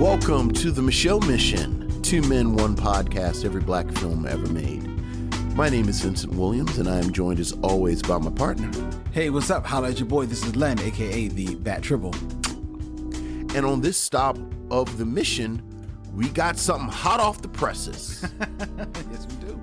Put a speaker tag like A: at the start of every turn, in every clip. A: Welcome to the Michelle Mission, Two Men, One Podcast, every black film ever made. My name is Vincent Williams, and I am joined as always by my partner.
B: Hey, what's up? Holla at your boy. This is Len, aka the Bat Triple.
A: And on this stop of the mission, we got something hot off the presses.
B: yes, we do.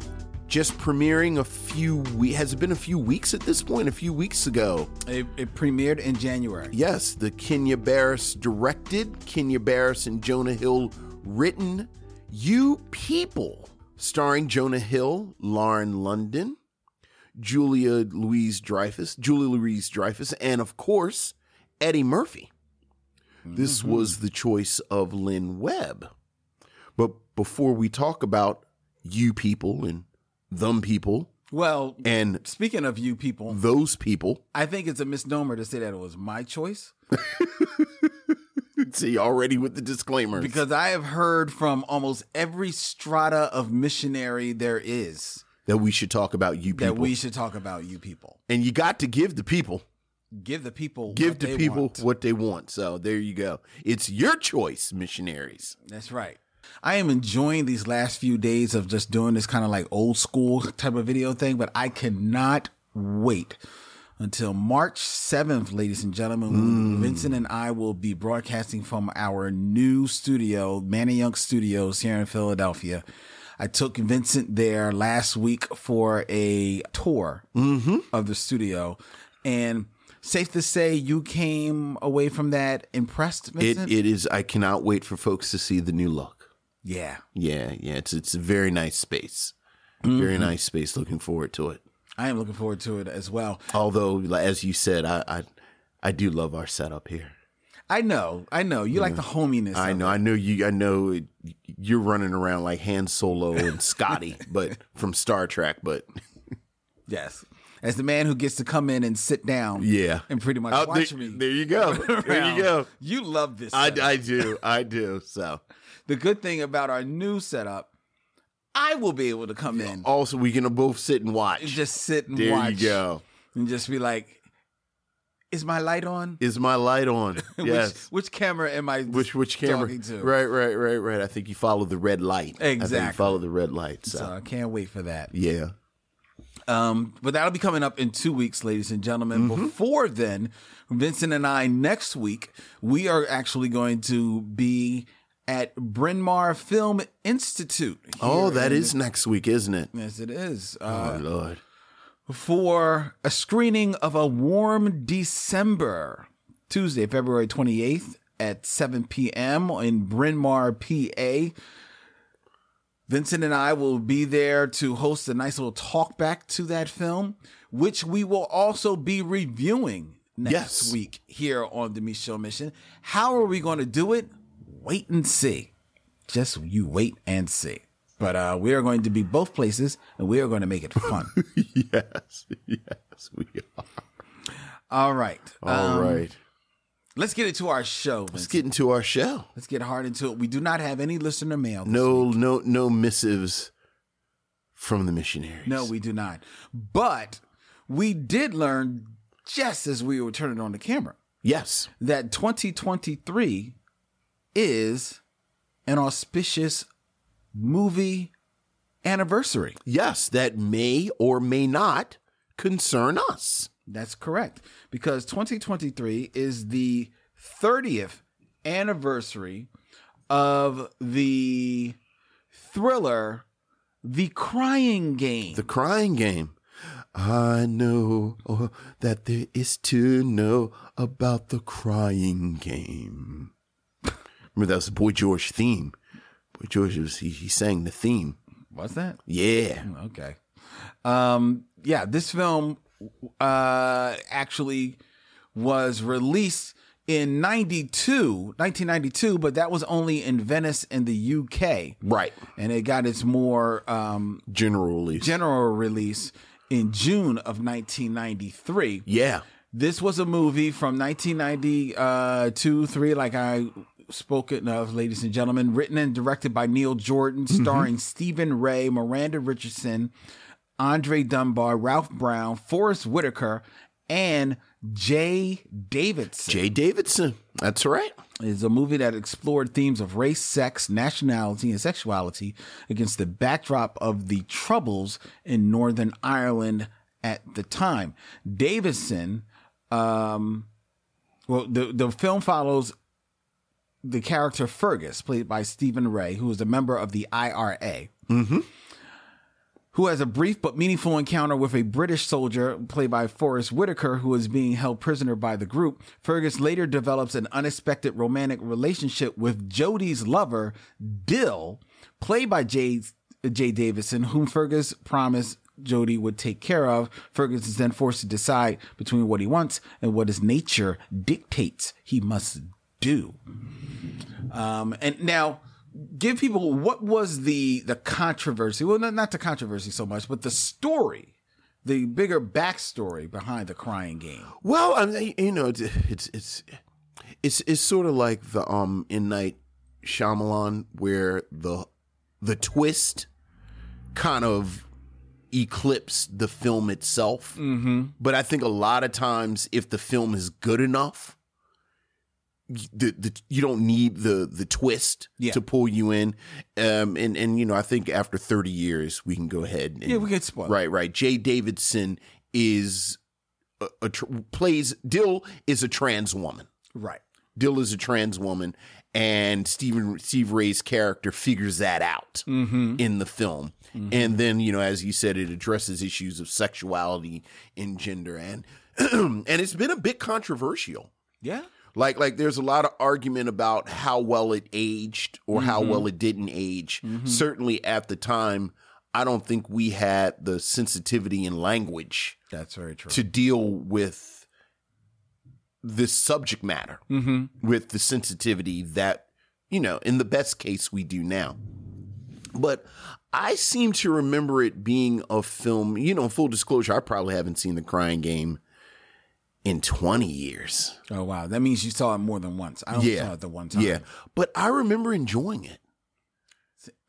A: Just premiering a few we has it been a few weeks at this point? A few weeks ago.
B: It, it premiered in January.
A: Yes, the Kenya Barris directed, Kenya Barris and Jonah Hill written, You People, starring Jonah Hill, Lauren London, Julia Louise Dreyfus, Julia Louise Dreyfus, and of course, Eddie Murphy. This was the choice of Lynn Webb. But before we talk about you people and them people
B: Well,
A: and
B: speaking of you people,
A: those people,
B: I think it's a misnomer to say that it was my choice
A: see already with the disclaimers.
B: because I have heard from almost every strata of missionary there is
A: that we should talk about you people.
B: that we should talk about you people.
A: and you got to give the people
B: Give the people
A: give
B: what
A: the
B: they
A: people
B: want.
A: what they want so there you go it's your choice missionaries
B: That's right. I am enjoying these last few days of just doing this kind of like old school type of video thing, but I cannot wait until March 7th, ladies and gentlemen.
A: Mm.
B: when Vincent and I will be broadcasting from our new studio, Manny Young Studios here in Philadelphia. I took Vincent there last week for a tour
A: Mm-hmm.
B: of the studio and safe to say you came away from that impressed,
A: it,
B: Vincent?
A: it is i cannot wait for folks to see the new look
B: yeah.
A: yeah yeah it's it's a very nice space very
B: Mm-hmm.
A: nice space looking forward to it
B: I am looking forward to it as well.
A: although li- as you said i i, I do love our setup here
B: I know, I know. You like the hominess.
A: Mm-hmm. I
B: of
A: know, I know you. I know it- you're running around like Han Solo and Scotty, but from Star Trek. But
B: it. Yes. As the man who gets to come in and sit down.
A: yeah,
B: And pretty much
A: Oh,
B: watch
A: there,
B: me.
A: There you go. There
B: around.
A: you go.
B: You love this.
A: I,
B: setup.
A: I do. I do. So
B: the good thing about our new setup, I will be able to come in
A: also we can both sit and watch.
B: and just sit and
A: there
B: watch
A: you go.
B: and just be like, "Is my light on?
A: Is my light on? yes.
B: Which, which camera am I?
A: Which which camera?
B: Talking to?
A: Right, right, right, right. I think you follow the red light. I think you
B: Exactly.
A: follow the red light. So,
B: So I can't wait for that.
A: yeah.
B: Um, but that'll be coming up in two weeks, ladies and gentlemen.
A: Mm-hmm.
B: Before then, Vincent and I next week we are actually going to be at Bryn Mawr Film Institute.
A: Oh,
B: here
A: that
B: in-
A: is next week, isn't it?
B: yes, it is
A: Oh
B: uh,
A: Lord.
B: for a screening of A Warm December, Tuesday, February twenty eighth at seven p.m. in Bryn Mawr, PA. Vincent and I will be there to host a nice little talk back to that film, which we will also be reviewing next
A: Yes.
B: week here on the Michelle Mission. How are we going to do it? Wait and see. Just you wait and see. But uh, we are going to be both places and we are going to make it fun.
A: Yes. Yes, we are.
B: All right.
A: All
B: Um,
A: right.
B: Let's get into our show. Let's
A: Let's
B: get,
A: get into our show.
B: let's get hard into it. We do not have any listener mail. this
A: No, no, no missives from the missionaries.
B: No, we do not. But we did learn just as we were turning on the camera
A: Yes.
B: that 2023 is an auspicious movie anniversary.
A: Yes, that may or may not concern us.
B: That's correct. Because 2023 is the 30th anniversary of the thriller The Crying Game.
A: The crying game. I know oh, that there is to know about the crying game. Remember that was the Boy George theme. Boy George was he, he sang the theme.
B: What's that?
A: Yeah.
B: Okay. Um yeah, this film uh actually was released in 92, 1992, but that was only in Venice in the UK.
A: Right.
B: And it got its more um,
A: General release.
B: general release in June of 1993.
A: yeah.
B: This was a movie from 1992, uh, two, 3, like I spoken of, ladies and gentlemen, written and directed by Neil Jordan, starring Stephen Ray, Miranda Richardson, Andre Dunbar, Ralph Brown, Forrest Whitaker, and Jay Davidson.
A: Jay Davidson. That's right.
B: is a movie that explored themes of race, sex, nationality, and sexuality against the backdrop of the troubles in Northern Ireland at the time. Davison, um, well, the, the film follows the character Fergus, played by Stephen Ray, who is a member of the IRA who has a brief but meaningful encounter with a British soldier played by Forrest Whitaker, who is being held prisoner by the group. Fergus later develops an unexpected romantic relationship with Jodie's lover, Dill, played by Jay, Jay Davison, whom Fergus promised Jodie would take care of. Fergus is then forced to decide between what he wants and what his nature dictates he must do. Um, and now give people what was the the controversy? Well, not, not the controversy so much, but the story, the bigger backstory behind the crying game.
A: Well, I mean, you know, it's it's it's it's, it's sort of like the um in Night Shyamalan where the the twist kind of eclipsed the film itself.
B: Mm.
A: Mm-hmm. But I think a lot of times, if the film is good enough, y- the, the you don't need the the twist
B: Yeah.
A: to pull you in. Um, and and you know, I think after thirty years, we can go ahead. And,
B: Yeah, we get spoiled.
A: Right, right. Jay Davidson is a, a tr- plays Dill is a trans woman.
B: right.
A: Dill is a trans woman, and Stephen Steve Ray's character figures that out in the film. And then, you know, as you said, it addresses issues of sexuality and gender, and and it's been a bit controversial.
B: Yeah.
A: Like like there's a lot of argument about how well it aged or how well it didn't age. Certainly at the time, I don't think we had the sensitivity in language
B: That's very true.
A: to deal with this subject matter with the sensitivity that you know in the best case we do now but i seem to remember it being a film you know full disclosure i probably haven't seen the crying game in 20 years
B: Oh wow, that means you saw it more than once. I only
A: yeah
B: saw it the one time.
A: yeah but i remember enjoying it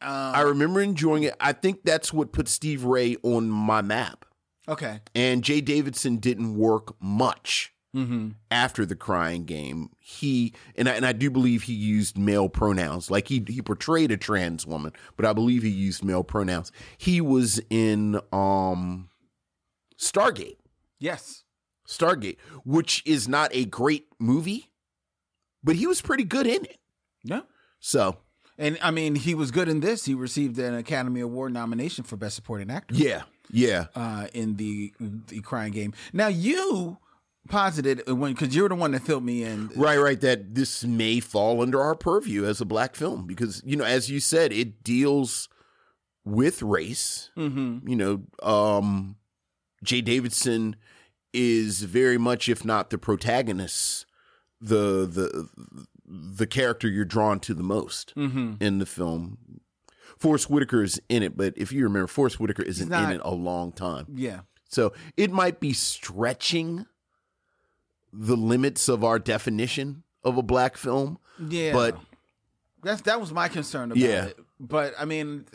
B: Um,
A: i remember enjoying it i think that's what put steve ray on my map
B: okay.
A: and Jay Davidson didn't work much
B: Mm-hmm.
A: after the crying game. He and I, and I do believe he used male pronouns. Like he he portrayed a trans woman, but I believe he used male pronouns. He was in um Stargate.
B: Yes.
A: Stargate, which is not a great movie, but he was pretty good in it.
B: No.
A: So,
B: And I mean, he was good in this. He received an Academy Award nomination for Best Supporting Actor.
A: yeah. Yeah.
B: uh, in the the crying game. Now you posited when because you were the one that filled me in.
A: Right, right. That this may fall under our purview as a black film because, you know, as you said, it deals with race.
B: Mm-hmm.
A: You know, um, Jay Davidson is very much, if not the protagonist, the the the character you're drawn to the most
B: Mm-hmm.
A: in the film. Forrest Whitaker is in it, but if you remember, Forrest Whitaker isn't
B: not-
A: in it a long time.
B: Yeah.
A: So it might be stretching the limits of our definition of a black film,
B: Yeah.
A: but
B: that's that was my concern about
A: Yeah.
B: it. But I mean,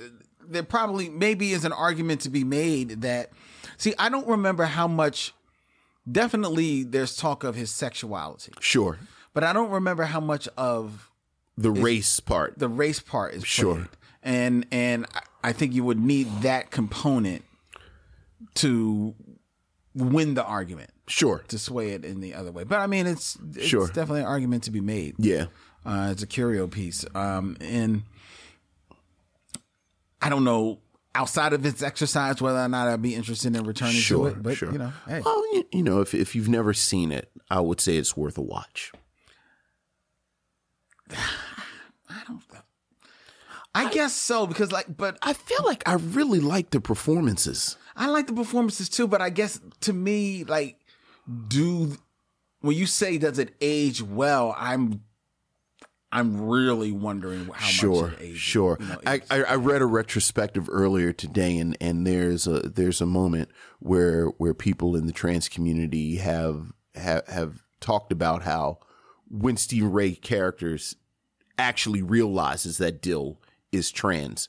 B: there probably maybe is an argument to be made that see, I don't remember how much. Definitely, there's talk of his sexuality,
A: sure,
B: but I don't remember how much of
A: the race part.
B: the race part is
A: Sure.
B: played. and and I- I think you would need that component to win the argument
A: sure.
B: to sway it in the other way. But I mean, it's it's
A: Sure.
B: definitely an argument to be made.
A: Yeah.
B: Uh, it's a curio piece, um, and I don't know outside of its exercise whether or not I'd be interested in returning
A: Sure,
B: to it. But
A: sure.
B: you know, hey.
A: Well, you, you know, if if you've never seen it, I would say it's worth a watch.
B: I don't. I guess so because like, but
A: I feel like I really like the performances.
B: I like the performances too, but I guess to me, like, do when you say does it age well, I'm I'm really wondering how
A: sure,
B: much it ages.
A: sure.
B: you know,
A: I, I I read a retrospective earlier today, and and there's a there's a moment where where people in the trans community have have have talked about how when Stephen Ray characters actually realizes that Dill is trans,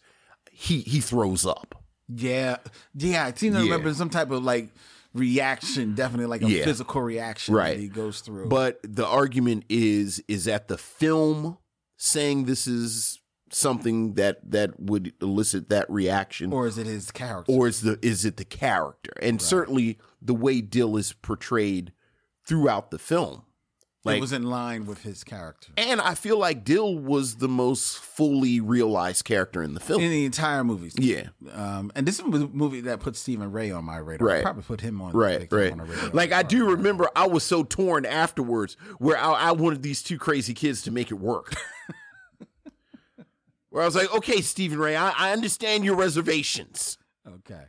A: he he throws up.
B: Yeah, yeah. I seem to
A: Yeah.
B: remember some type of like reaction, definitely like a
A: Yeah.
B: physical reaction
A: Right.
B: that he goes through.
A: But the argument is is that the film saying this is something that that would elicit that reaction
B: or is it his character?
A: or is the is it the character? And certainly the way Dill is portrayed throughout the film.
B: it
A: Like,
B: was in line with his character
A: and I feel like Dill was the most fully realized character in the film.
B: in the entire movie.
A: Oh. yeah,
B: Um, and this is a movie that put Stephen Ray on my radar.
A: Right.
B: I probably put him on
A: right,
B: like,
A: right.
B: on the radar.
A: Like I do remember, I was so torn afterwards, where I, I wanted these two crazy kids to make it work. where I was like, okay, Stephen Ray, I, I understand your reservations,
B: Okay,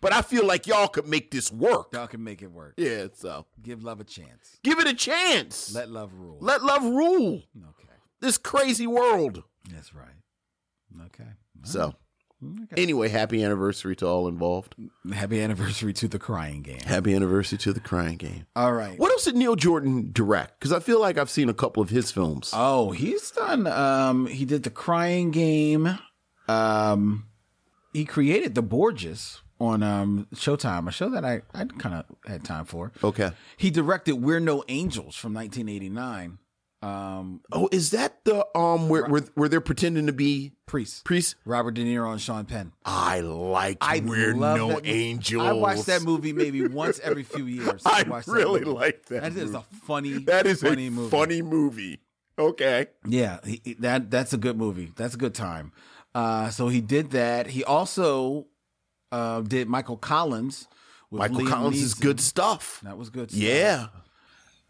A: but I feel like y'all could make this work.
B: y'all can make it work.
A: Yeah, so
B: Give love a chance.
A: give it a chance.
B: Let love rule.
A: Let love rule.
B: okay,
A: this crazy world.
B: that's right. Okay.
A: So,
B: okay.
A: anyway, happy anniversary to all involved.
B: Happy anniversary to the crying game.
A: Happy anniversary to the crying game.
B: All right.
A: What else did Neil Jordan direct? Because I feel like I've seen a couple of his films.
B: Oh, he's done. Um, he did the Crying Game. Um, he created the Borges on um Showtime, a show that I I kind of had time for.
A: okay.
B: He directed We're No Angels from 1989. Um,
A: Oh, is that the um where where, where they're pretending to be
B: Priest,
A: priests?
B: Robert De Niro and Sean Penn.
A: I like
B: I
A: We're
B: love
A: No
B: that movie.
A: Angels.
B: I watch that movie maybe once every few years.
A: I
B: watch that
A: really
B: movie.
A: like that.
B: That is
A: movie.
B: a funny.
A: that is
B: funny
A: a
B: movie.
A: funny movie. Okay.
B: Yeah, he, he- that that's a good movie. That's a good time. Uh, so he did that. He also uh, did Michael Collins. With
A: Michael
B: Liam
A: Collins is
B: Neeson.
A: good stuff.
B: That was good. stuff.
A: Yeah.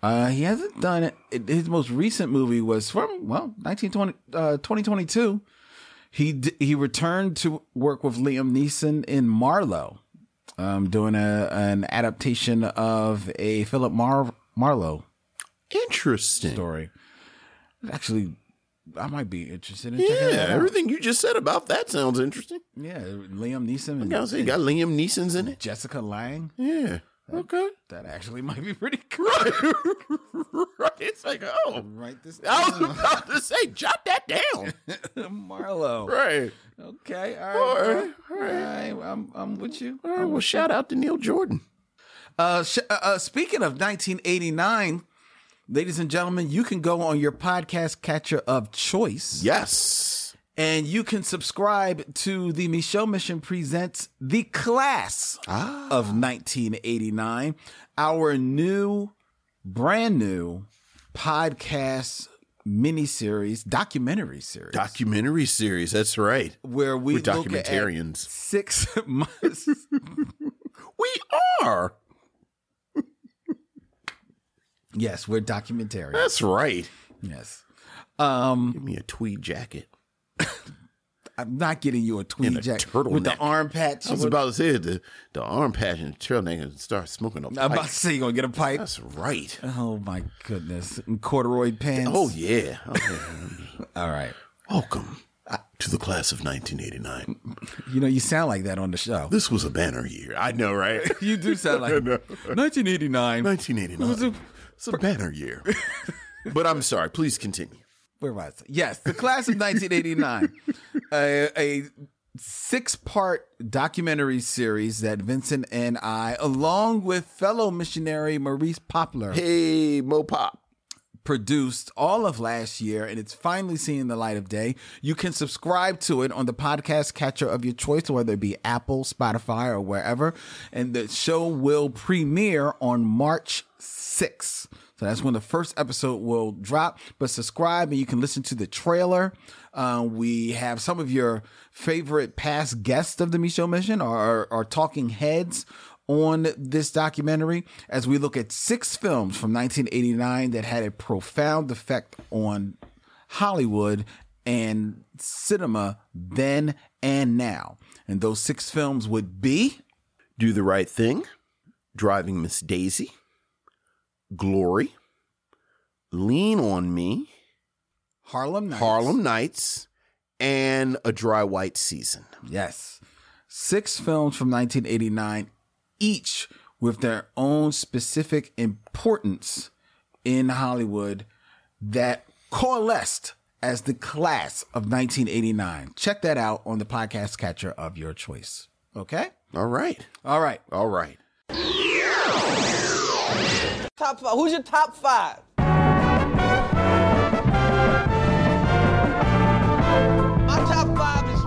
B: Uh, he hasn't done it. His most recent movie was from well, 1920, uh, 2022. He d- he returned to work with Liam Neeson in Marlowe, um, doing a an adaptation of a Philip Mar- Marlowe
A: Interesting.
B: story. Actually, I might be interested in checking
A: Yeah,
B: that out.
A: everything you just said about that sounds interesting.
B: Yeah, Liam Neeson and
A: Yeah, I say you got Liam Neeson's in it.
B: Jessica Lange.
A: Yeah. Okay.
B: That actually might be pretty cool.
A: Right. right. It's like, oh,
B: Right this
A: I was about to say, jot that down.
B: Marlo.
A: Right.
B: Okay,
A: All
B: all right.
A: right. All
B: All
A: right.
B: right, I'm I'm with you.
A: All right. Well, shout out to Neil Jordan.
B: Uh, sh- uh, uh, speaking of 1989, ladies and gentlemen, you can go on your podcast catcher of choice,
A: Yes.
B: and you can subscribe to the Michelle Mission presents the class
A: Ah.
B: of 1989, our new, brand new podcast miniseries, documentary series,
A: Documentary series. That's right.
B: where we
A: We're
B: look at
A: documentarians.
B: six months.
A: We are.
B: yes, we're documentarians.
A: That's right.
B: Yes. Um,
A: Give me a tweed jacket.
B: I'm not getting you a
A: And
B: tweed
A: a
B: jacket
A: turtleneck.
B: with the arm patch.
A: I was about to say the, the arm patch and the turtleneck and start smoking a
B: I'm
A: pipe.
B: about to say you're gonna get a pipe.
A: That's right.
B: Oh my goodness, And corduroy pants.
A: Uh. Oh, yeah. Okay.
B: all right.
A: Welcome to the class of 1989.
B: You know you sound like that on the show.
A: This was a banner year. I know, right?
B: You do sound like 1989.
A: 1989. It's a banner year. but I'm sorry. Please continue.
B: Where was? I? Yes, the class of 1989. a, a six-part documentary series that Vincent and I, along with fellow missionary Maurice Poplar,
A: Hey, Mopop.
B: produced all of last year and it's finally seeing the light of day. You can subscribe to it on the podcast catcher of your choice, whether it be Apple, Spotify, or wherever. And the show will premiere on March 6th. So that's when the first episode will drop. But subscribe and you can listen to the trailer. Uh, we have some of your favorite past guests of the Michelle Mission are, are talking heads on this documentary as we look at six films from 1989 that had a profound effect on Hollywood and cinema then and now. And those six films would be
A: Do the right thing. Driving Miss Daisy. Glory. Lean on Me,
B: Harlem Nights.
A: Harlem Nights, and A Dry White Season.
B: Yes. Six films from 1989, each with their own specific importance in Hollywood that coalesced as the class of 1989. Check that out on the podcast catcher of your choice. Okay?
A: All right.
B: All right.
A: All right.
C: Top five. Who's your top five? My top five is.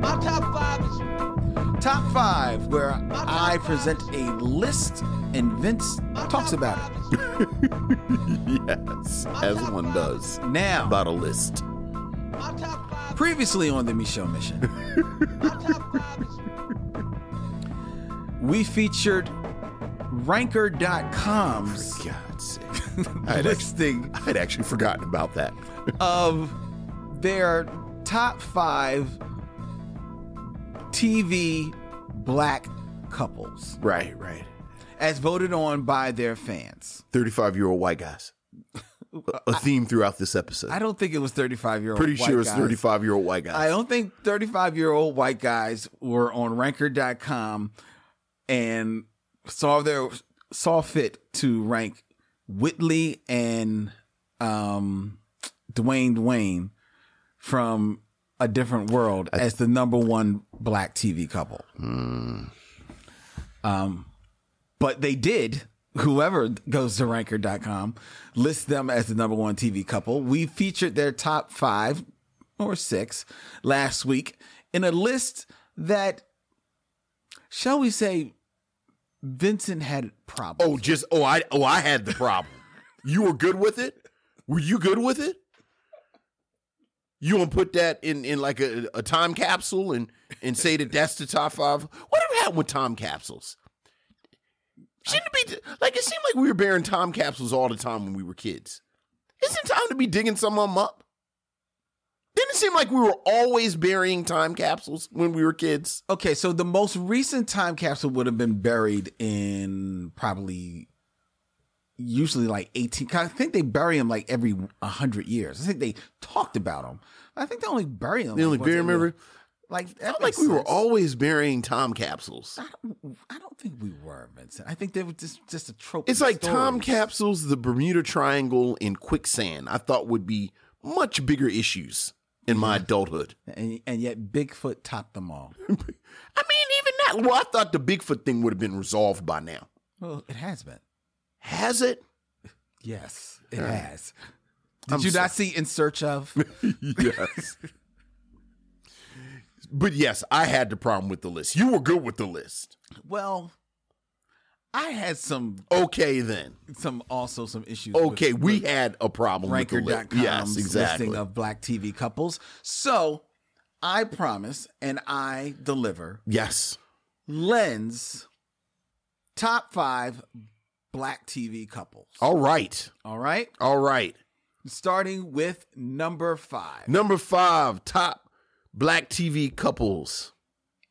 C: My top five is.
B: Top five, where I present a list and Vince talks about it.
A: Yes, as one does.
B: Now,
A: About a list.
C: My top five.
B: Previously on the Michelle Mission,
C: My top five is.
B: we featured ranker.com's
A: God's sake. I'd, actually,
B: listing
A: I'd actually forgotten about that.
B: of their top five TV black couples
A: Right, right.
B: as voted on by their fans.
A: 35 year old white guys. A- A theme throughout this episode.
B: I don't think it was 35 year old.
A: Pretty sure it's 35 year old white guys.
B: I don't think 35 year old white guys were on ranker.com and saw their saw fit to rank Whitley and um Dwayne Dwayne from a different world as the number one black TV couple. Um but they did whoever goes to ranker.com lists them as the number one TV couple. We featured their top 5 or six last week in a list that, shall we say, Vincent had
A: Oh,
B: problems.
A: just oh I oh I had the problem. you were good with it. Were you good with it? You want to put that in in like a, a time capsule and and say that that's the top five? Whatever happened with time capsules? Shouldn't it be like it seemed like we were bearing time capsules all the time when we were kids. Isn't it time to be digging some of them up? Didn't it seem like we were always burying time capsules when we were kids?
B: Okay, so the most recent time capsule would have been buried in probably usually like 18. 'cause I think they bury them like every 100 years. I think they talked about them. I think they only bury them.
A: They only
B: like, once
A: bury
B: every-
A: remember.
B: Like,
A: I
B: that
A: felt like
B: makes
A: we were
B: sense.
A: always burying time capsules.
B: I don't, I don't think we were, Vincent. I think they were just, just a trope.
A: It's
B: in
A: like Tom
B: stories.
A: Capsules, the Bermuda Triangle, and quicksand. I thought would be much bigger issues in my
B: Mm-hmm.
A: adulthood.
B: and, and yet Bigfoot topped them all.
A: I mean, even that. Well, I thought the Bigfoot thing would have been resolved by now.
B: well, it has been.
A: Has it?
B: Yes, it has. Did
A: I'm
B: you not see In Search of?
A: Yes. but yes, I had the problem with the list. You were good with the list.
B: well, I had some
A: Okay, then.
B: some also some issues. with
A: Okay, we had a problem with the list.
B: ranker.com's
A: Yes, exactly.
B: listing of black TV couples. So I promise and I deliver
A: yes.
B: Lens top five black TV couples.
A: All right.
B: All right.
A: All right.
B: Starting with number five.
A: Number five, top black TV couples.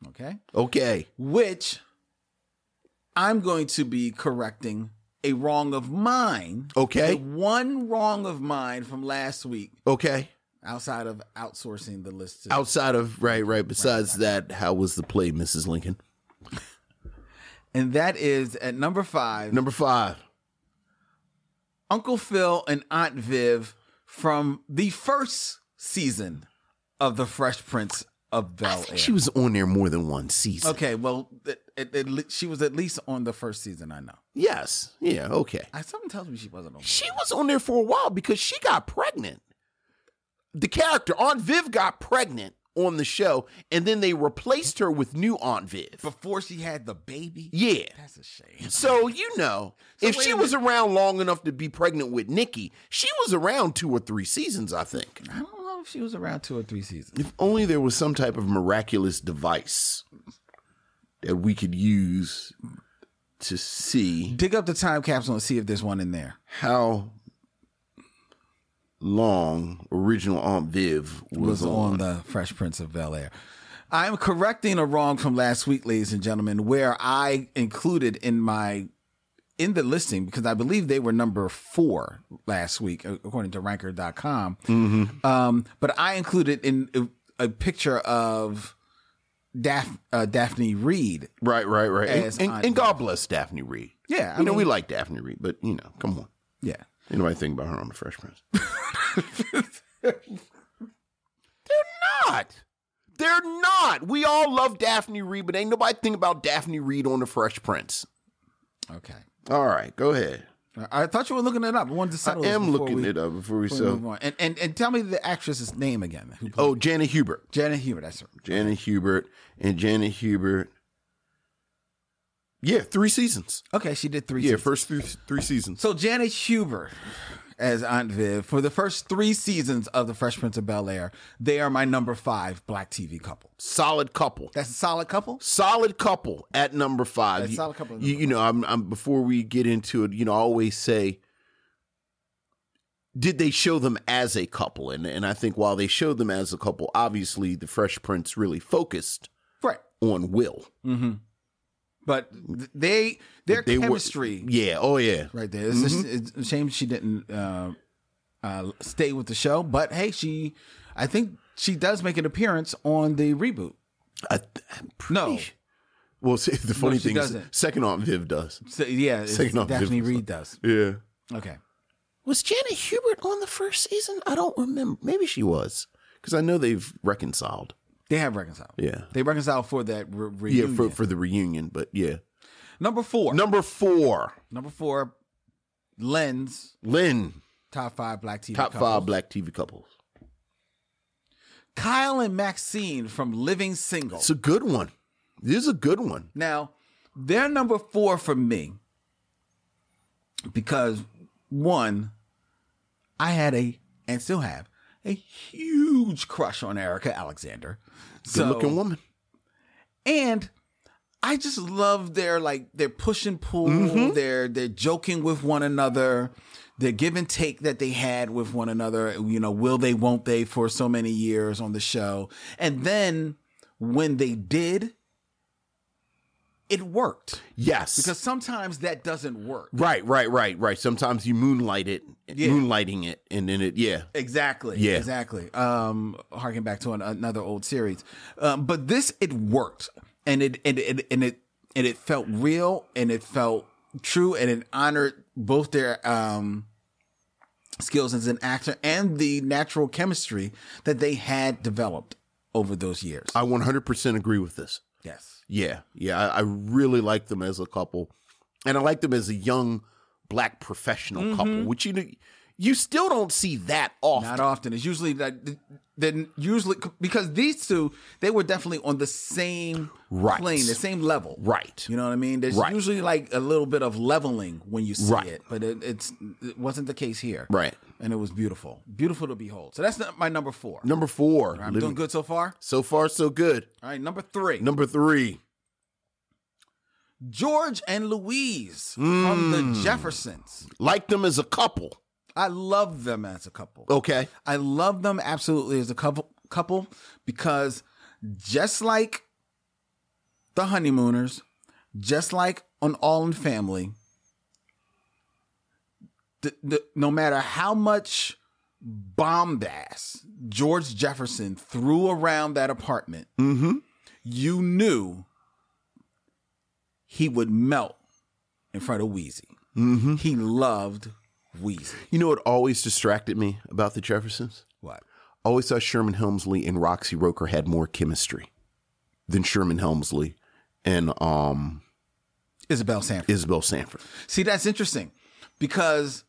B: Okay.
A: Okay.
B: which I'm going to be correcting a wrong of mine.
A: Okay.
B: The one wrong of mine from last week
A: Okay.
B: outside of outsourcing the list. To,
A: Outside of right, right. Besides that, how was the play, Mrs. Lincoln?
B: and that is at number five
A: Number five.
B: Uncle Phil and Aunt Viv from the first season of The Fresh Prince of
A: I
B: Bel Air.
A: think she was on there more than one season.
B: okay, well, it, it, it, le- she was at least on the first season, I know.
A: Yes. Yeah. Okay.
B: I, something tells me she wasn't on.
A: She was on there for a while because she got pregnant. The character Aunt Viv got pregnant on the show, and then they replaced her with new Aunt Viv.
B: Before she had the baby?
A: Yeah.
B: That's a shame.
A: So you know, if
B: wait
A: she
B: a
A: was around long enough to be pregnant with Nikki, she was around two or three seasons, I think.
B: I don't know if she was around two or three seasons.
A: If only there was some type of miraculous device that we could use to see
B: Dig up the time capsule and see if there's one in there.
A: how long original Aunt Viv was,
B: Was
A: on.
B: on the Fresh Prince of Bel Air. I'm correcting a wrong from last week, ladies and gentlemen, where I included in my in the listing because I believe they were number four last week, a- according to ranker.com.
A: Mm-hmm.
B: Um, but I included in uh, a, a picture of Daph, uh, Daphne Reed.
A: Right, right, right.
B: As
A: And,
B: Aunt
A: and, and God bless Daphne Reed.
B: Yeah, I
A: you know we
B: mean-
A: like Daphne Reed, but you know, come on.
B: Yeah.
A: Anybody think about her on the Fresh Prince? They're not. They're not. We all love Daphne Reed, but ain't nobody think about Daphne Reed on the Fresh Prince.
B: Okay.
A: All right, go ahead.
B: I I thought you were looking it up. I wanted to
A: I
B: settle this
A: am
B: before
A: looking
B: we-
A: it up before we
B: before we
A: so.
B: move on. And, and and tell me the actress's name again. Who played
A: Oh, Janet Hubert.
B: Janet Hubert. That's her.
A: Janet Hubert and Janet Hubert. Yeah, three seasons.
B: Okay, she did three.
A: Yeah,
B: seasons.
A: first three, three seasons.
B: So Janet Hubert as Aunt Viv for the first three seasons of The Fresh Prince of Bel Air. They are my number five black TV couple.
A: Solid couple.
B: That's a solid couple.
A: solid couple at number five.
B: That's
A: You-
B: solid couple at
A: You, you know, I'm, I'm before we get into it. You know, I always say, did they show them as a couple? And and I think while they showed them as a couple, obviously the Fresh Prince really focused
B: Right. Mm-hmm.
A: on Will.
B: But th- they their
A: They were-
B: chemistry
A: yeah. Mm-hmm. Oh yeah.
B: right there. It's, just- it's a shame she didn't uh, uh, stay with the show. But hey, she I think she does make an appearance on the reboot.
A: I, I'm pretty
B: No.
A: sure- Well, see, the funny
B: she
A: thing is,
B: doesn't.
A: second Aunt Viv does.
B: So, yeah, it's
A: Second off,
B: Daphne
A: different
B: Reed does.
A: Yeah.
B: Okay.
A: Was Janet Hubert on the first season? I don't remember. Maybe she was, because I know they've reconciled.
B: They have reconciled.
A: Yeah.
B: They reconciled for that re-
A: Yeah,
B: reunion.
A: for, for the reunion, but yeah.
B: Number four.
A: Number four,
B: Number four, Lens,
A: Lynn,
B: top five black TV.
A: top
B: couples.
A: five black TV couples.
B: Kyle and Maxine from Living Single.
A: It's a good one. This is a good one.
B: now, they're number four for me because one, I had a and still have a huge crush on Erica Alexander.
A: Good looking woman.
B: and I just love their like their push and pull, their their joking with one another, their give and take that they had with one another. You know, will they, won't they, for so many years on the show, and then when they did, it worked
A: Yes.
B: because sometimes that doesn't work.
A: right, right, right, right. Sometimes you moonlight it,
B: Yeah.
A: moonlighting it, and then it. Yeah,
B: Exactly.
A: Yeah.
B: Exactly. Um, harking back to an, another old series, um, but this it worked, and it and it and it and it felt real, and it felt true, and it honored both their um skills as an actor and the natural chemistry that they had developed over those years.
A: I 100% agree with this.
B: yes.
A: Yeah, yeah. I, I really like them as a couple, and I like them as a young black professional
B: Mm-hmm.
A: couple, which you know, you still don't see that often.
B: Not often. It's usually that then usually because these two they were definitely on the same
A: Right.
B: plane, the same level.
A: Right.
B: You know what I mean? There's
A: Right.
B: usually like a little bit of leveling when you see
A: Right.
B: it, but it, it's it wasn't the case here.
A: Right.
B: And it was beautiful, beautiful to behold. So that's not my number four.
A: Number four.
B: I'm
A: living-
B: doing good so far.
A: So far, so good.
B: All right, number three,
A: Number three.
B: George and Louise
A: Mm.
B: from the Jeffersons.
A: Like them as a couple.
B: I love them as a couple.
A: Okay.
B: I love them absolutely as a couple couple because just like the honeymooners, just like on All in Family, the, the, no matter how much bombast George Jefferson threw around that apartment,
A: Mm-hmm.
B: you knew he would melt in front of Wheezy.
A: Mm-hmm.
B: He loved Wheezy.
A: You know what always distracted me about the Jeffersons?
B: What?
A: I always thought Sherman Helmsley and Roxy Roker had more chemistry than Sherman Helmsley and um
B: Isabel Sanford.
A: Isabel Sanford.
B: See, that's interesting because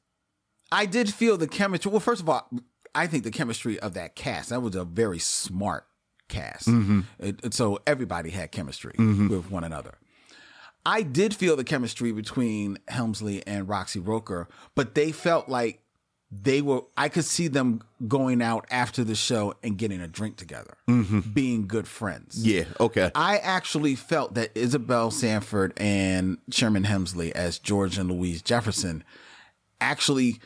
B: I did feel the chemistry. Well, first of all, I think the chemistry of that cast, that was a very smart cast. It- it- so everybody had chemistry with one another. I did feel the chemistry between Helmsley and Roxy Roker, but they felt like they were, I could see them going out after the show and getting a drink together, being good friends.
A: Yeah, okay.
B: I actually felt that Isabel Sanford and Sherman Hemsley as George and Louise Jefferson actually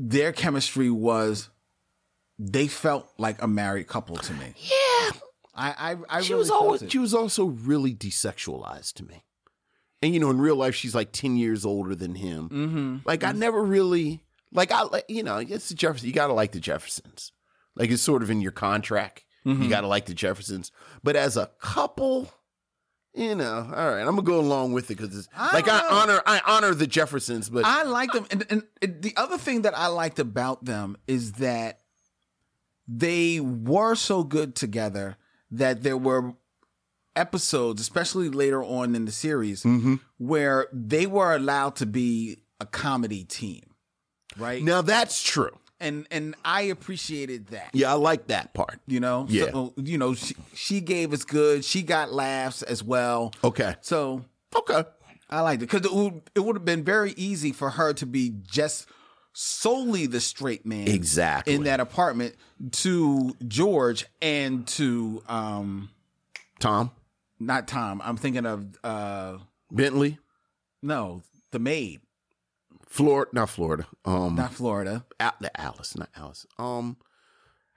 B: their chemistry was they felt like a married couple to me.
A: yeah.
B: I I, I
A: She
B: really
A: was
B: felt
A: always
B: it.
A: she was also really desexualized to me. and you know, in real life, she's like ten years older than him.
B: Mm.
A: Like I never really like I like- you know it's the Jeffersons. You gotta like the Jeffersons. Like it's sort of in your contract.
B: Mm-hmm.
A: You gotta like the Jeffersons. But as a couple, you know, all right, I'm gonna go along with it because it's
B: I
A: like I
B: don't know.
A: honor I honor the Jeffersons, but
B: I like them, and, and, and the other thing that I liked about them is that they were so good together that there were episodes, especially later on in the series,
A: Mm-hmm.
B: where they were allowed to be a comedy team, right?
A: now that's true.
B: And and I appreciated that.
A: Yeah, I like that part.
B: You know,
A: Yeah.
B: So, you know, she, she gave us good. She got laughs as well.
A: Okay.
B: So
A: Okay.
B: I liked it because it would, it would have been very easy for her to be just solely the straight man
A: Exactly.
B: in that apartment to George and to um
A: Tom
B: not Tom. I'm thinking of uh
A: Bentley,
B: no the maid,
A: Florida, not Florida. Um,
B: not Florida.
A: Al- not Alice, not Alice. Um,